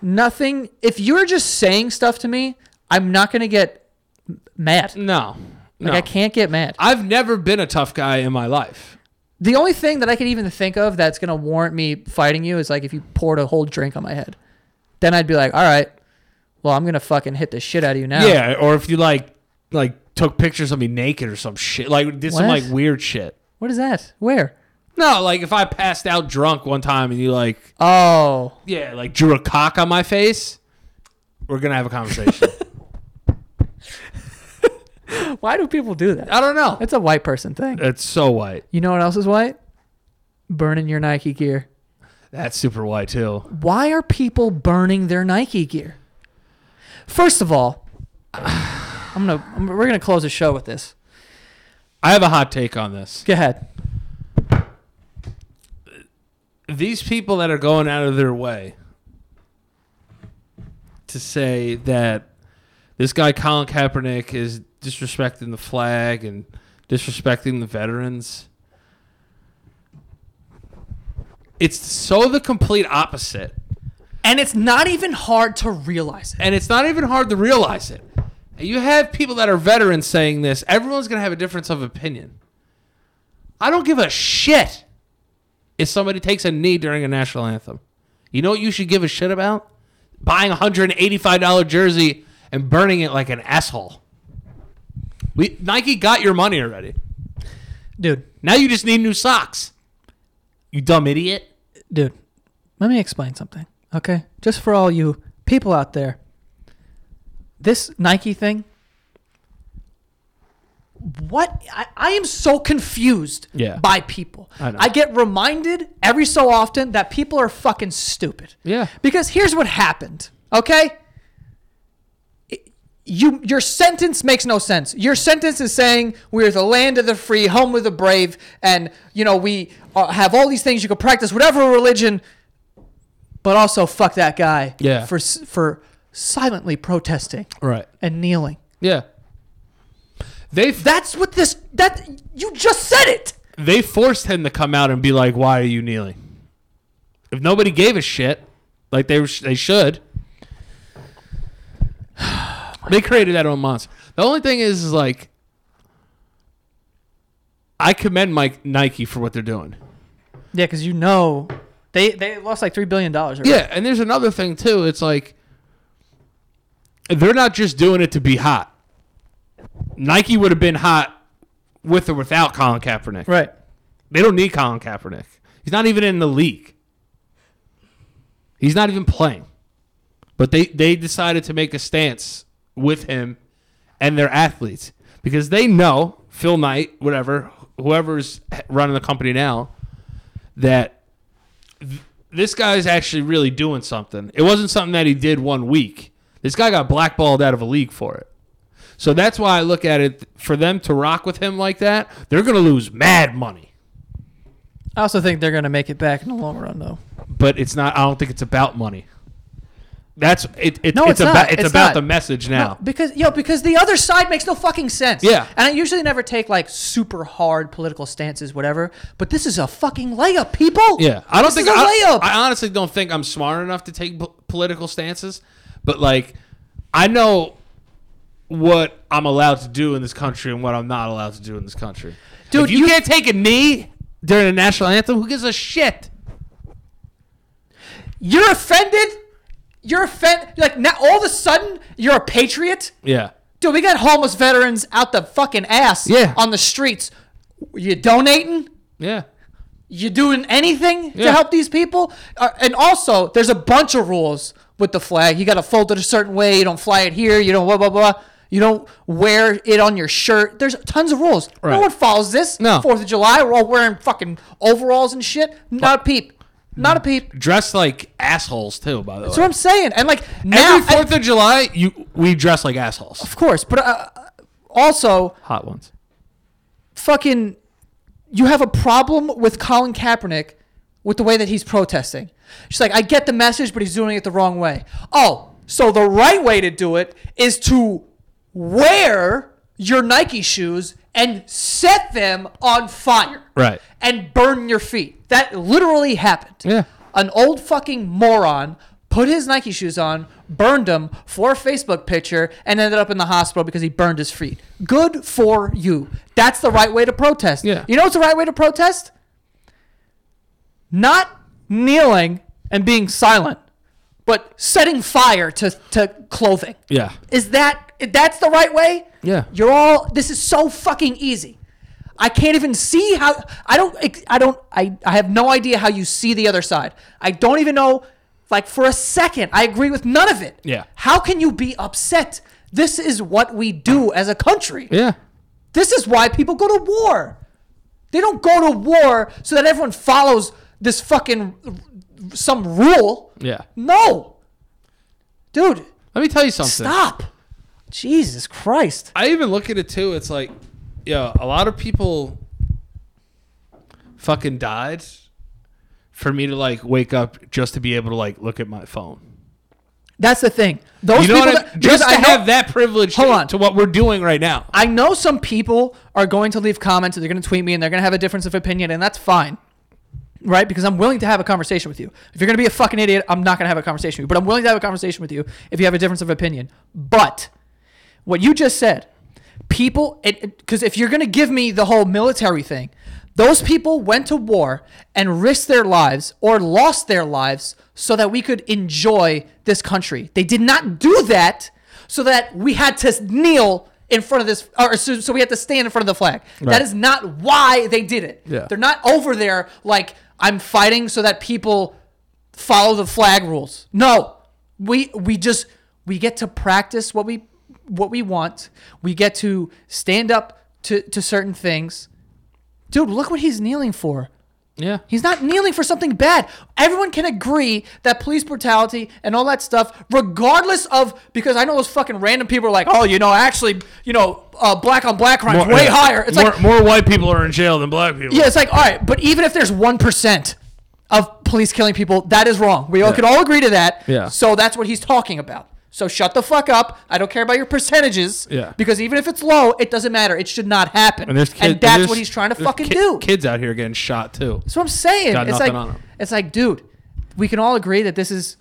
S1: nothing. If you're just saying stuff to me, I'm not gonna get m- mad. Like
S2: No, no.
S1: I can't get mad.
S2: I've never been a tough guy in my life.
S1: The only thing that I could even think of that's gonna warrant me fighting you is like if you poured a whole drink on my head. Then I'd be like, all right, well I'm gonna fucking hit the shit out of you now.
S2: Yeah, or if you like like took pictures of me naked or some shit, like did some
S1: What?
S2: like weird shit.
S1: What is that? Where?
S2: No, like if I passed out drunk one time and you like
S1: Oh,
S2: yeah, like drew a cock on my face, we're gonna have a [laughs] conversation.
S1: why do people do that?
S2: I don't know.
S1: That's a white person thing.
S2: That's so white.
S1: You know what else is white? Burning your Nike gear.
S2: That's super white too.
S1: Why are people burning their Nike gear? First of all, I'm gonna I'm- we're gonna close the show with this.
S2: I have a hot take on this.
S1: Go ahead.
S2: These people that are going out of their way to say that this guy Colin Kaepernick is disrespecting the flag and disrespecting the veterans. It's so the complete opposite.
S1: And it's not even hard to realize it.
S2: And it's not even hard to realize it. You have people that are veterans saying this, everyone's going to have a difference of opinion. I don't give a shit if somebody takes a knee during a national anthem. You know what you should give a shit about? Buying a $185 jersey and burning it like an asshole. We, Nike got your money already.
S1: Dude,
S2: Now you just need new socks. You dumb idiot.
S1: dude, let me explain something, okay? Just for all you people out there, this Nike thing, what I, I am so confused
S2: Yeah.
S1: by people.
S2: I know.
S1: get reminded every so often that people are fucking stupid.
S2: Yeah.
S1: Because here's what happened. Okay? you your sentence makes no sense. Your sentence is saying we're the land of the free, home of the brave, and you know we uh, have all these things you could practice whatever religion, but also fuck that guy
S2: Yeah.
S1: for s- for silently protesting
S2: Right.
S1: and kneeling.
S2: Yeah. They
S1: That's what this that you just said it.
S2: they forced him to come out and be like, "Why are you kneeling?" If nobody gave a shit, like they sh- they should, [sighs] they created that own monster. The only thing is, is like, I commend Mike Nike for what they're doing.
S1: Yeah, because you know they they lost like three billion dollars.
S2: Yeah, and there's another thing too. It's like they're not just doing it to be hot. Nike would have been hot with or without Colin Kaepernick.
S1: Right.
S2: They don't need Colin Kaepernick. He's not even in the league. He's not even playing. But they, they decided to make a stance with him and their athletes because they know Phil Knight, whatever, whoever's running the company now, that th- this guy's actually really doing something. It wasn't something that he did one week. This guy got blackballed out of a league for it. So that's why I look at it for them to rock with him like that, they're going to lose mad money.
S1: I also think they're gonna make it back in the long run though.
S2: but it's not. I don't think it's about money. That's it. it
S1: No,
S2: it's,
S1: it's
S2: about
S1: not.
S2: it's,
S1: It's
S2: about
S1: not.
S2: the message
S1: No,
S2: now.
S1: because yo, because the other side makes no fucking sense.
S2: Yeah.
S1: And I usually never take like super hard political stances, whatever. But this is a fucking layup, people.
S2: Yeah, I don't
S1: This
S2: think
S1: is a
S2: I,
S1: layup.
S2: I honestly don't think I'm smart enough to take po- political stances, but like I know what I'm allowed to do in this country and what I'm not allowed to do in this country.
S1: Dude,
S2: If you,
S1: you-
S2: can't take a knee during a national anthem. Who gives a shit?
S1: You're offended. You're offended. Like now, all of a sudden, you're a patriot.
S2: Yeah,
S1: Dude, we got homeless veterans out the fucking ass.
S2: Yeah.
S1: On the streets, you donating.
S2: yeah,
S1: You doing anything to
S2: Yeah.
S1: help these people? Uh, and also, there's a bunch of rules with the flag. You got to fold it a certain way. You don't fly it here. You don't blah blah blah. You don't wear it on your shirt. There's tons of rules. No
S2: Right.
S1: one follows this.
S2: No.
S1: Fourth of July, we're all wearing fucking overalls and shit. Not a peep. Not a peep. That's
S2: dressed like assholes too. By the
S1: what
S2: way,
S1: I'm saying. And like now,
S2: every Fourth of July, you we dress like assholes.
S1: of course, but uh, also
S2: Hot ones.
S1: fucking you have a problem with Colin Kaepernick with the way that he's protesting. She's like, I get the message, but he's doing it the wrong way. Oh, so the right way to do it is to wear your Nike shoes and set them on fire.
S2: Right.
S1: And burn your feet. That literally happened.
S2: Yeah.
S1: An old fucking moron put his Nike shoes on, burned them for a Facebook picture, and ended up in the hospital because he burned his feet. Good for you. That's the right way to protest.
S2: Yeah.
S1: You know what's the right way to protest? Not kneeling and being silent, but setting fire to, to clothing.
S2: Yeah,
S1: Is that that's the right way?
S2: Yeah.
S1: You're all this is so fucking easy. I can't even see how I don't I don't I, I have no idea how you see the other side. I don't even know like for a second. I agree with none of it.
S2: Yeah.
S1: How can you be upset? This is what we do as a country.
S2: yeah,
S1: This is why people go to war. They don't go to war so that everyone follows this fucking some rule.
S2: yeah.
S1: No. Dude,
S2: Let me tell you something.
S1: stop. Jesus Christ.
S2: I even look at it too. It's like, yeah, a lot of people fucking died for me to like wake up just to be able to like look at my phone.
S1: That's the thing. Those
S2: You know
S1: people
S2: what? I,
S1: that,
S2: just to
S1: because I know,
S2: have that privilege
S1: Hold
S2: to,
S1: on.
S2: to what we're doing right now.
S1: I know some people are going to leave comments and they're going to tweet me and they're going to have a difference of opinion and that's fine. Right? Because I'm willing to have a conversation with you. If you're going to be a fucking idiot, I'm not going to have a conversation with you, but I'm willing to have a conversation with you if you have a difference of opinion. But what you just said, people, because if you're going to give me the whole military thing, those people went to war and risked their lives or lost their lives so that we could enjoy this country. They did not do that so that we had to kneel in front of this, or so, so we had to stand in front of the flag. That is not why they did it.
S2: Yeah.
S1: They're not over there like, I'm fighting so that people follow the flag rules. No, we we just we get to practice what we what we want. We get to stand up to, to certain things. Dude, look what he's kneeling for.
S2: Yeah.
S1: He's not kneeling for something bad. Everyone can agree that police brutality and all that stuff, regardless of because I know those fucking random people are like, oh, you know, actually, you know, uh, black on black crimes way higher. It's
S2: more,
S1: like,
S2: more white people are in jail than black people.
S1: yeah, it's like, all right, but even if there's one percent of police killing people, that is wrong. We all
S2: Yeah.
S1: could all agree to that.
S2: Yeah.
S1: So that's what he's talking about. So shut the fuck up. I don't care about your percentages.
S2: Yeah.
S1: Because even if it's low, it doesn't matter. It should not happen.
S2: And, there's kid, and
S1: that's
S2: there's-
S1: what he's trying to
S2: there's
S1: fucking
S2: ki-
S1: do.
S2: Kids out here getting shot too.
S1: That's what I'm saying.
S2: Got
S1: it's
S2: nothing
S1: like
S2: on 'em.
S1: it's like, dude, we can all agree that this is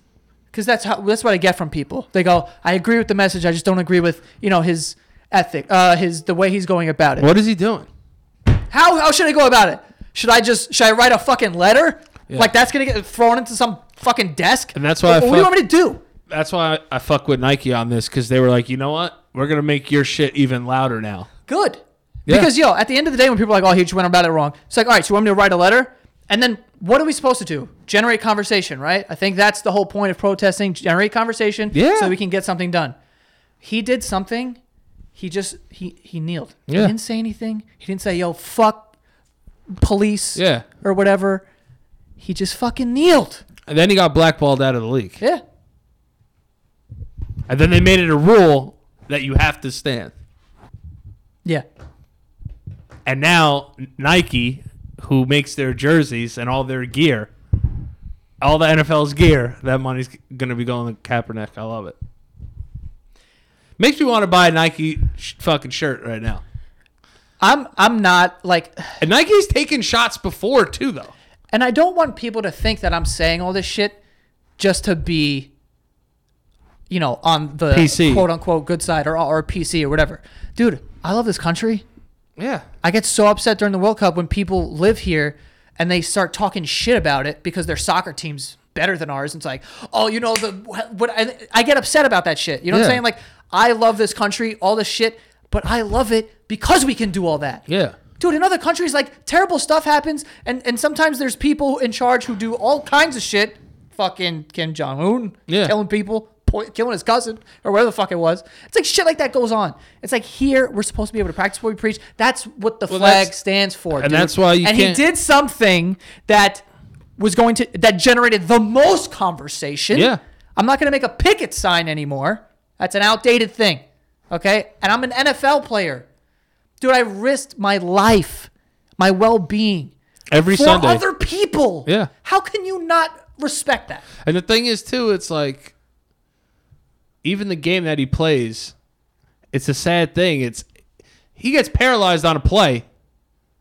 S1: because that's how that's what I get from people. They go, I agree with the message, I just don't agree with you know his ethic, uh, his the way he's going about it.
S2: What is he doing?
S1: How how should I go about it? Should I just should I write a fucking letter? Like that's gonna get thrown into some fucking desk.
S2: And that's why I
S1: What, what do you
S2: fuck-
S1: want me to do?
S2: That's why I, I fuck with Nike on this because they were like, you know what? We're gonna make your shit even louder now.
S1: Good.
S2: Yeah.
S1: Because yo, at the end of the day, when people are like, "Oh, he just went about it wrong," it's like, "All right, so you want me to write a letter?" And then what are we supposed to do? Generate conversation, right? I think that's the whole point of protesting: generate conversation,
S2: Yeah.
S1: so we can get something done. He did something. He just he he kneeled.
S2: Yeah.
S1: He didn't say anything. He didn't say, "Yo, fuck police,"
S2: Yeah.
S1: or whatever. He just fucking kneeled.
S2: And then he got blackballed out of the league.
S1: Yeah.
S2: And then they made it a rule that you have to stand.
S1: Yeah.
S2: And now Nike, who makes their jerseys and all their gear, all the NFL's gear, that money's gonna be going to Kaepernick. I love it. Makes me want to buy a Nike sh- fucking shirt right now.
S1: I'm I'm not like
S2: And Nike's taken shots before too, though.
S1: And I don't want people to think that I'm saying all this shit just to be, you know, on the
S2: PC.
S1: quote unquote good side or, or PC or whatever. Dude, I love this country.
S2: Yeah.
S1: I get so upset during the World Cup when people live here and they start talking shit about it because their soccer team's better than ours. And it's like, oh, you know, the what I, I get upset about that shit. You know what I'm
S2: Yeah.
S1: saying? Like, I love this country, all this shit, but I love it because we can do all that.
S2: Yeah.
S1: Dude, in other countries, like terrible stuff happens, and, and sometimes there's people in charge who do all kinds of shit. Fucking Kim Jong Un,
S2: Yeah.
S1: killing people, po- killing his cousin, or whatever the fuck it was. It's like shit like that goes on. It's like here we're supposed to be able to practice what we preach. That's what the flag
S2: that's-
S1: stands for,
S2: and
S1: dude.
S2: that's why you
S1: And
S2: can't-
S1: he did something that was going to that generated the most conversation.
S2: Yeah.
S1: I'm not going to make a picket sign anymore. That's an outdated thing. Okay? And I'm an NFL player. Dude, I risked my life, my well being
S2: Every
S1: for
S2: Sunday.
S1: other people.
S2: Yeah.
S1: How can you not respect that?
S2: And the thing is, too, it's like even the game that he plays, it's a sad thing. It's he gets paralyzed on a play.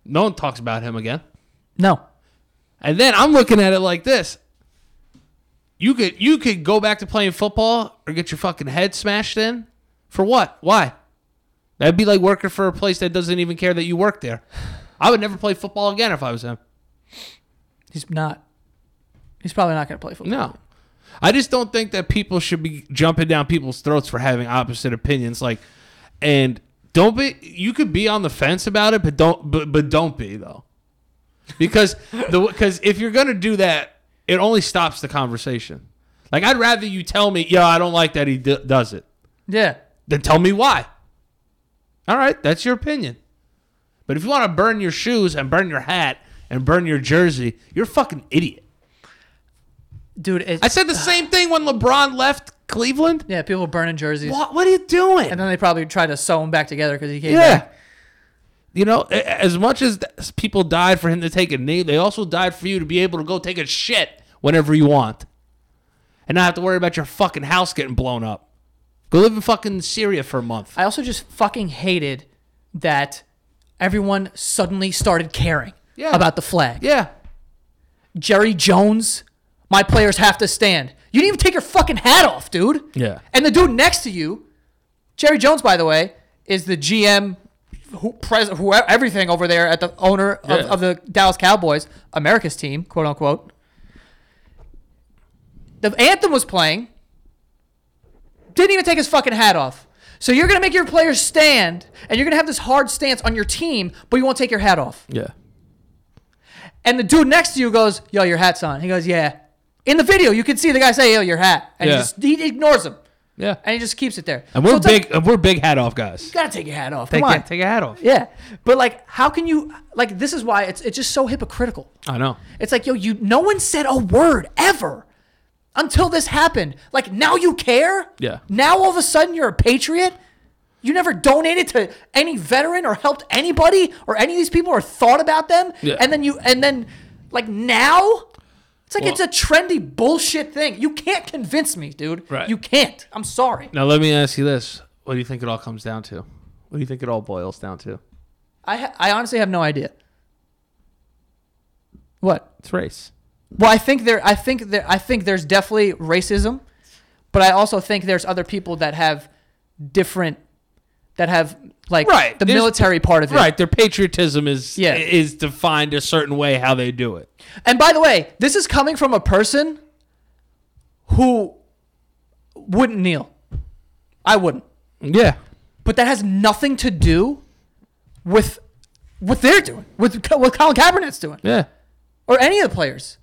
S2: No one talks about him again.
S1: No.
S2: And then I'm looking at it like this. You could you could go back to playing football or get your fucking head smashed in. For what? Why? That'd be like working for a place that doesn't even care that you work there. I would never play football again if I was him.
S1: He's not. He's probably not going to play football.
S2: No. I just don't think that people should be jumping down people's throats for having opposite opinions. Like, and don't be. You could be on the fence about it, but don't. But, but don't be though, because the because if you're gonna do that, it only stops the conversation. Like, I'd rather you tell me, "Yo, I don't like that he d- does it,"
S1: Yeah.
S2: than tell me why. All right, that's your opinion. But if you want to burn your shoes and burn your hat and burn your jersey, you're a fucking idiot.
S1: Dude, it,
S2: I said the same thing when LeBron left Cleveland.
S1: yeah, people burning jerseys.
S2: What, what are you doing?
S1: And then they probably try to sew him back together because he came
S2: yeah.
S1: back.
S2: You know, a- as much as th- as people died for him to take a knee, they also died for you to be able to go take a shit whenever you want and not have to worry about your fucking house getting blown up. Go live in fucking Syria for a month.
S1: I also just fucking hated that everyone suddenly started caring
S2: Yeah.
S1: about the flag.
S2: yeah.
S1: Jerry Jones, my players have to stand. You didn't even take your fucking hat off, dude.
S2: Yeah.
S1: And the dude next to you, Jerry Jones, by the way, is the GM, who, pres, who, everything over there at the owner of,
S2: Yeah.
S1: of the Dallas Cowboys, America's team, quote unquote. The anthem was playing. Didn't even take his fucking hat off. So you're gonna make your players stand, and you're gonna have this hard stance on your team, but you won't take your hat off.
S2: Yeah.
S1: And the dude next to you goes, "Yo, your hat's on." He goes, "Yeah." In the video, you can see the guy say, "Yo, your hat," and
S2: Yeah.
S1: he, just, he ignores him.
S2: Yeah.
S1: and he just keeps it there.
S5: And
S1: So
S5: we're
S1: it's like,
S5: big. and we're big hat off guys.
S1: you gotta take your hat off.
S2: Take,
S1: Come on.
S2: a, take a hat off.
S1: yeah, but like, how can you like? This is why it's it's just so hypocritical.
S2: I know.
S1: It's like, yo, you. No one said a word ever until this happened. Like now you care.
S2: Yeah.
S1: Now all of a sudden you're a patriot. You never donated to any veteran or helped anybody or any of these people or thought about them.
S2: Yeah.
S1: And then you and then like now. It's like
S2: Well-
S1: it's a trendy bullshit thing. You can't convince me, dude.
S2: Right.
S1: You can't. I'm sorry.
S2: Now let me ask you this: What do you think it all comes down to? What do you think it all boils down to?
S1: I ha- I honestly have no idea. What?
S2: It's race.
S1: Well, I think there I think there I think there's definitely racism, but I also think there's other people that have different that have like
S2: Right,
S1: the
S2: there's-
S1: military part of it.
S2: Right. Their patriotism is
S1: Yeah.
S2: is defined a certain way how they do it.
S1: And by the way, this is coming from a person who wouldn't kneel. I wouldn't.
S2: Yeah.
S1: But that has nothing to do with what they're doing, with what Colin Kaepernick's doing.
S2: Yeah.
S1: or any of the players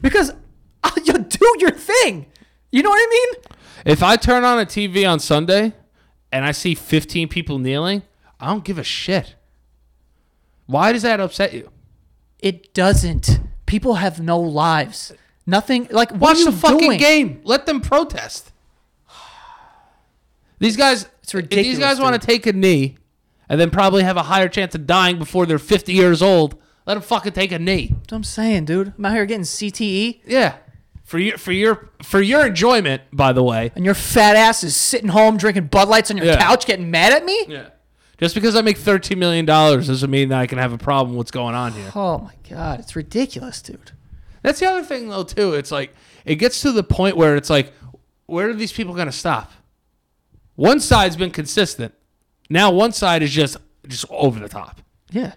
S1: because [laughs] uh, you do your thing. You know what I mean?
S2: If I turn on a TV on Sunday and I see 15 people kneeling, I don't give a shit. Why does that upset you?
S1: It doesn't. People have no lives. Nothing like what
S2: Watch
S1: are you
S2: the fucking
S1: doing?
S2: game. Let them protest. These guys,
S1: It's
S2: if These
S1: ridiculous,
S2: guys want to
S1: dude.
S2: take a knee and then probably have a higher chance of dying before they're 50 years old. Let them fucking take a knee.
S1: That's what I'm saying, dude. I'm out here getting E, CTE,
S2: Yeah. For your for your for your enjoyment, by the way.
S1: and your fat ass is sitting home drinking Bud Lights on your
S2: Yeah.
S1: couch, getting mad at me.
S2: Yeah. Just because I make 13 million dollars doesn't mean that I can have a problem with what's going
S1: [sighs]
S2: on here.
S1: Oh my god, it's ridiculous, dude.
S2: That's the other thing, though, too. It's like it gets to the point where it's like, where are these people going to stop? One side's been consistent. Now one side is just just over the top.
S1: Yeah.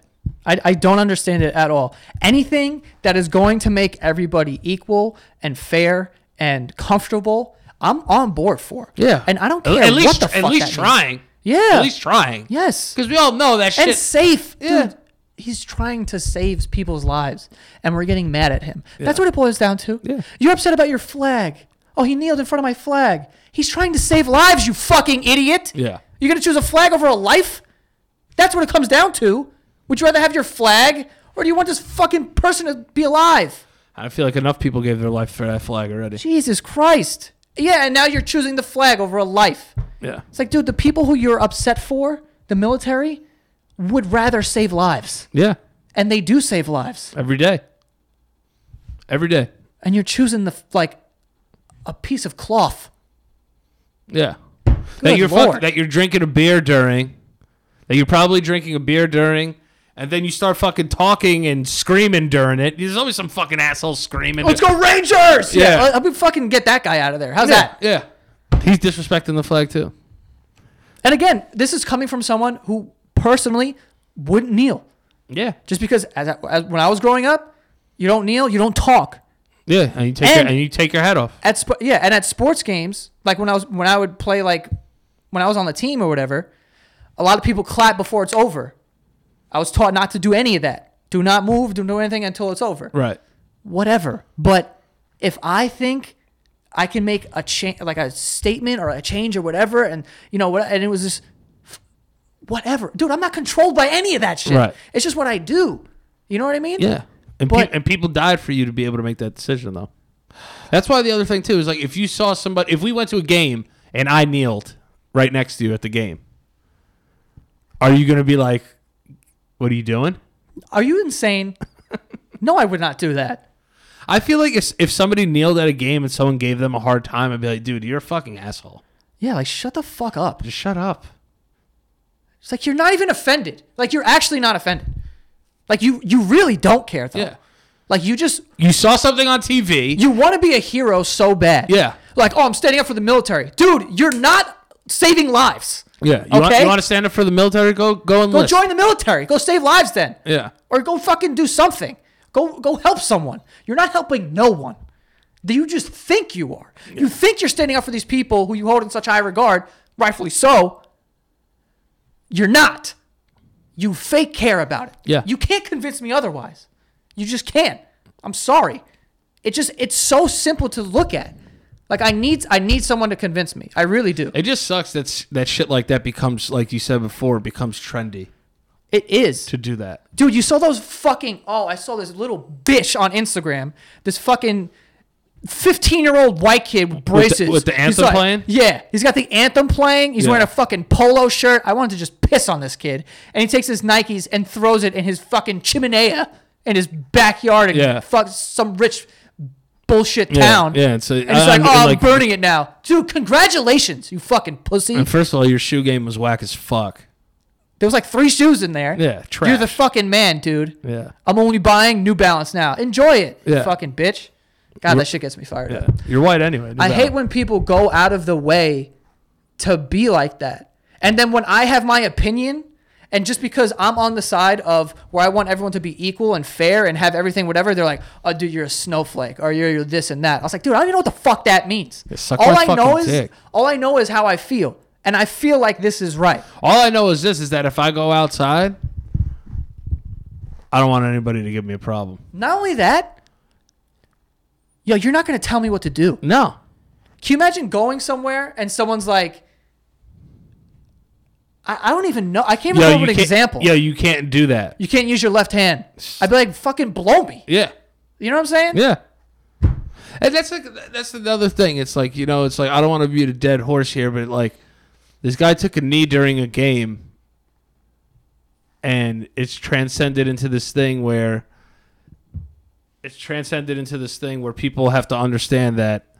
S1: I, I don't understand it at all. Anything that is going to make everybody equal and fair and comfortable, I'm on board for. And I don't care
S2: At least,
S1: what the
S2: at
S1: fuck
S2: least
S1: that means.
S2: trying.
S1: Yeah.
S2: At least trying.
S1: Yes.
S2: Because we all know that shit.
S1: And safe. Dude,
S2: Yeah.
S1: he's trying to save people's lives and we're getting mad at him. That's what it boils down to.
S2: Yeah.
S1: You're upset about your flag. Oh, he kneeled in front of my flag. He's trying to save lives, you fucking idiot.
S2: Yeah.
S1: You're going to choose a flag over a life? That's what it comes down to. Would you rather have your flag or do you want this fucking person to be alive?
S2: I feel like enough people gave their life for that flag already.
S1: Jesus Christ. Yeah, and now you're choosing the flag over a life.
S2: Yeah.
S1: It's like, dude, the people who you're upset for, the military, would rather save lives.
S2: Yeah.
S1: And they do save lives.
S2: Every day. Every day.
S1: And you're choosing the, like, a piece of cloth.
S2: Yeah. that
S1: Good
S2: you're
S1: Lord.
S2: fuck, that you're drinking a beer during, that you're probably drinking a beer during, and then you start fucking talking and screaming during it. There's always some fucking asshole screaming.
S1: Let's go Rangers!
S2: Yeah.
S1: I'll, I'll fucking get that guy out of there. How's
S2: Yeah,
S1: that?
S2: yeah. He's disrespecting the flag too.
S1: And again, this is coming from someone who personally wouldn't kneel.
S2: Yeah,
S1: Just because as, I, as when I was growing up, you don't kneel, you don't talk.
S2: yeah. And you take
S1: And-
S2: your, and you take your hat off.
S1: at sp- yeah, and at sports games, like when I was when I would play like when I was on the team or whatever, a lot of people clap before it's over. I was taught not to do any of that. Do not move. Don't do anything until it's over.
S2: Right.
S1: Whatever. But if I think I can make a change, like a statement or a change or whatever, and you know what, and it was just f- whatever, dude. I'm not controlled by any of that shit.
S2: Right.
S1: It's just what I do. You know what I mean?
S2: Yeah. And,
S1: But-
S2: pe- and people died for you to be able to make that decision, though. That's why the other thing, too, is like if you saw somebody, if we went to a game and I kneeled right next to you at the game, are you going to be like, what are you doing?
S1: Are you
S2: [laughs]
S1: insane? no, I would not do that.
S2: I feel like if, if somebody kneeled at a game and someone gave them a hard time, I'd be like, dude, you're a fucking asshole.
S1: Yeah, like shut the fuck up.
S2: Just shut up.
S1: It's like you're not even offended. Like you're actually not offended. Like you you really don't care though.
S2: Yeah.
S1: Like you just
S2: You saw something on TV.
S1: you want to be a hero so bad.
S2: Yeah.
S1: Like oh I'm standing up for the military, dude. You're not saving lives.
S2: yeah. You, want,
S1: okay.
S2: you want to stand up for the military? Go go and
S1: go
S2: list.
S1: join the military. Go save lives then.
S2: Yeah.
S1: Or go fucking do something. Go go help someone. You're not helping no one. You just think you are. You think you're standing up for these people who you hold in such high regard, rightfully so. You're not. You fake care about it.
S2: Yeah.
S1: You can't convince me otherwise. You just can't. I'm sorry. It just it's so simple to look at. Like I need I need someone to convince me. I really do.
S2: It just sucks that s- that shit like that becomes, like you said before, becomes trendy
S1: It is.
S2: to do that.
S1: Dude, you saw those fucking oh, I saw this little bitch on Instagram. This fucking 15 year old white kid with braces.
S2: with the
S1: He's
S2: anthem
S1: like-
S2: playing?
S1: Yeah. He's got the anthem playing. He's
S2: Yeah.
S1: wearing a fucking polo shirt. I wanted to just piss on this kid. And he takes his Nikes and throws it in his fucking chimenea in his backyard and
S2: Yeah.
S1: fuck some rich bullshit
S2: Yeah,
S1: town.
S2: yeah, it's a-
S1: and he's
S2: I'm-
S1: like, oh, I'm
S2: like-
S1: burning it now. Dude, congratulations, you fucking pussy.
S2: And first of all, your shoe game was whack as fuck.
S1: There was like three shoes in there.
S2: Yeah,
S1: You're the
S2: trash.
S1: fucking man, dude.
S2: Yeah.
S1: I'm only buying New Balance now. Enjoy it, you
S2: Yeah.
S1: fucking bitch. God, that shit gets me fired up.
S2: You're white anyway.
S1: I hate when people go out of the way to be like that. And then when I have my opinion, and just because I'm on the side of where I want everyone to be equal and fair and have everything, whatever, they're like, oh, dude, you're a snowflake or you're, you're this and that. I was like, dude, I don't even know what the fuck that means.
S2: suck
S1: all
S2: my
S1: I know
S2: fucking
S1: is
S2: dick.
S1: all I know is how I feel. And I feel like this is right.
S2: All I know is this: is that if I go outside, I don't want anybody to give me a problem.
S1: Not only that, yo, you're not gonna tell me what to do.
S2: No.
S1: Can you imagine going somewhere and someone's like, I, I don't even know. I can't remember an example.
S2: Yeah, you can't do that.
S1: You can't use your left hand. I'd be like, fucking blow me.
S2: Yeah.
S1: You know what I'm saying?
S2: Yeah. And that's like that's another thing. It's like you know, it's like I don't want to beat a dead horse here, but like this guy took a knee during a game, and it's transcended into this thing where it's transcended into this thing where people have to understand that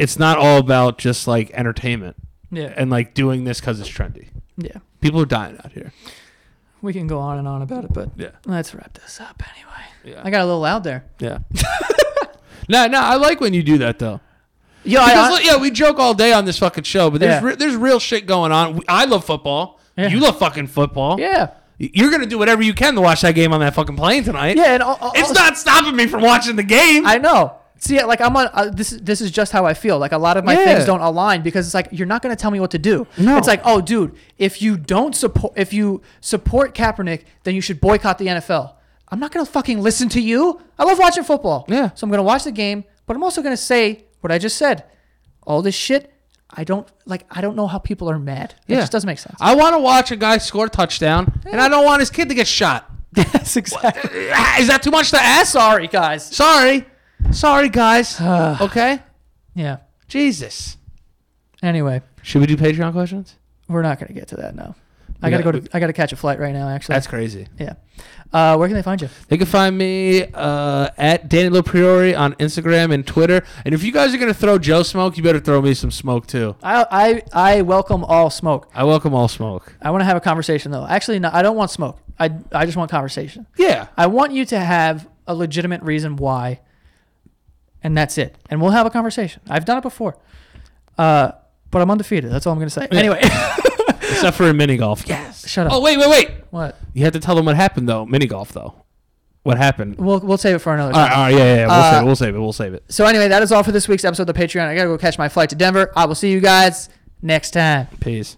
S2: it's not all about just like entertainment
S1: Yeah.
S2: and like doing this because it's trendy.
S1: yeah.
S2: People are dying out here.
S1: We can go on and on about it, but
S2: Yeah.
S1: let's wrap this up anyway.
S2: Yeah.
S1: I got a little loud there.
S2: [laughs] Yeah. no, no, I like when you do that though.
S1: Yo,
S2: Because,
S1: I,
S2: look, yeah, we joke all day on this fucking show, but there's
S1: Yeah.
S2: re- there's real shit going on. We- I love football.
S1: Yeah.
S2: You love fucking football.
S1: yeah.
S2: Y- You're gonna do whatever you can to watch that game on that fucking plane tonight.
S1: Yeah. And all, all-
S2: It's
S1: all-
S2: not stopping me from watching the game.
S1: I know. See, like I'm on. Uh, this is this is just how I feel. Like a lot of my
S2: Yeah.
S1: things don't align because it's like you're not going to tell me what to do.
S2: No.
S1: It's like, oh, dude, if you don't support, if you support Kaepernick, then you should boycott the NFL. I'm not going to fucking listen to you. I love watching football.
S2: Yeah.
S1: So I'm going to watch the game, but I'm also going to say what I just said. All this shit, I don't like. I don't know how people are mad. It
S2: Yeah.
S1: just doesn't make
S2: [laughs]
S1: sense.
S2: I want to watch a guy score a touchdown, and I don't want his kid to get shot.
S1: Yes, exactly.
S2: Is that too much to ask?
S1: Sorry, guys.
S2: Sorry, sorry,
S1: [sighs]
S2: guys. okay,
S1: Yeah.
S2: Jesus.
S1: Anyway,
S2: Should we do Patreon questions?
S1: we're not going to get to that now. I
S2: We
S1: gotta go
S2: got-
S1: to. I gotta catch a flight right now. Actually,
S2: That's crazy.
S1: Yeah. Uh, where can they find you?
S2: They can find me uh, at Danny LaPriori on Instagram and Twitter. And if you guys are gonna throw Joe smoke, you better throw me some smoke too.
S1: I I, I welcome all smoke.
S2: I welcome all smoke.
S1: I want to have a conversation though. Actually, no, I don't want smoke. I I just want conversation.
S2: Yeah.
S1: I want you to have a legitimate reason why, and that's it. And we'll have a conversation. I've done it before, uh, but I'm undefeated. That's all I'm gonna say. Anyway,
S2: [laughs] Except for in mini golf. Yes.
S1: shut up.
S2: Oh wait, wait, wait.
S1: What?
S2: You have to tell them what happened though. Mini golf though. What happened? All
S1: We'll we'll save it for another. time.
S2: right, all right, yeah, yeah, yeah. We'll
S1: Uh,
S2: save it. We'll save it. We'll save it.
S1: So anyway, that is all for this week's episode of the Patreon. I gotta go catch my flight to Denver. I will see you guys next time.
S2: Peace.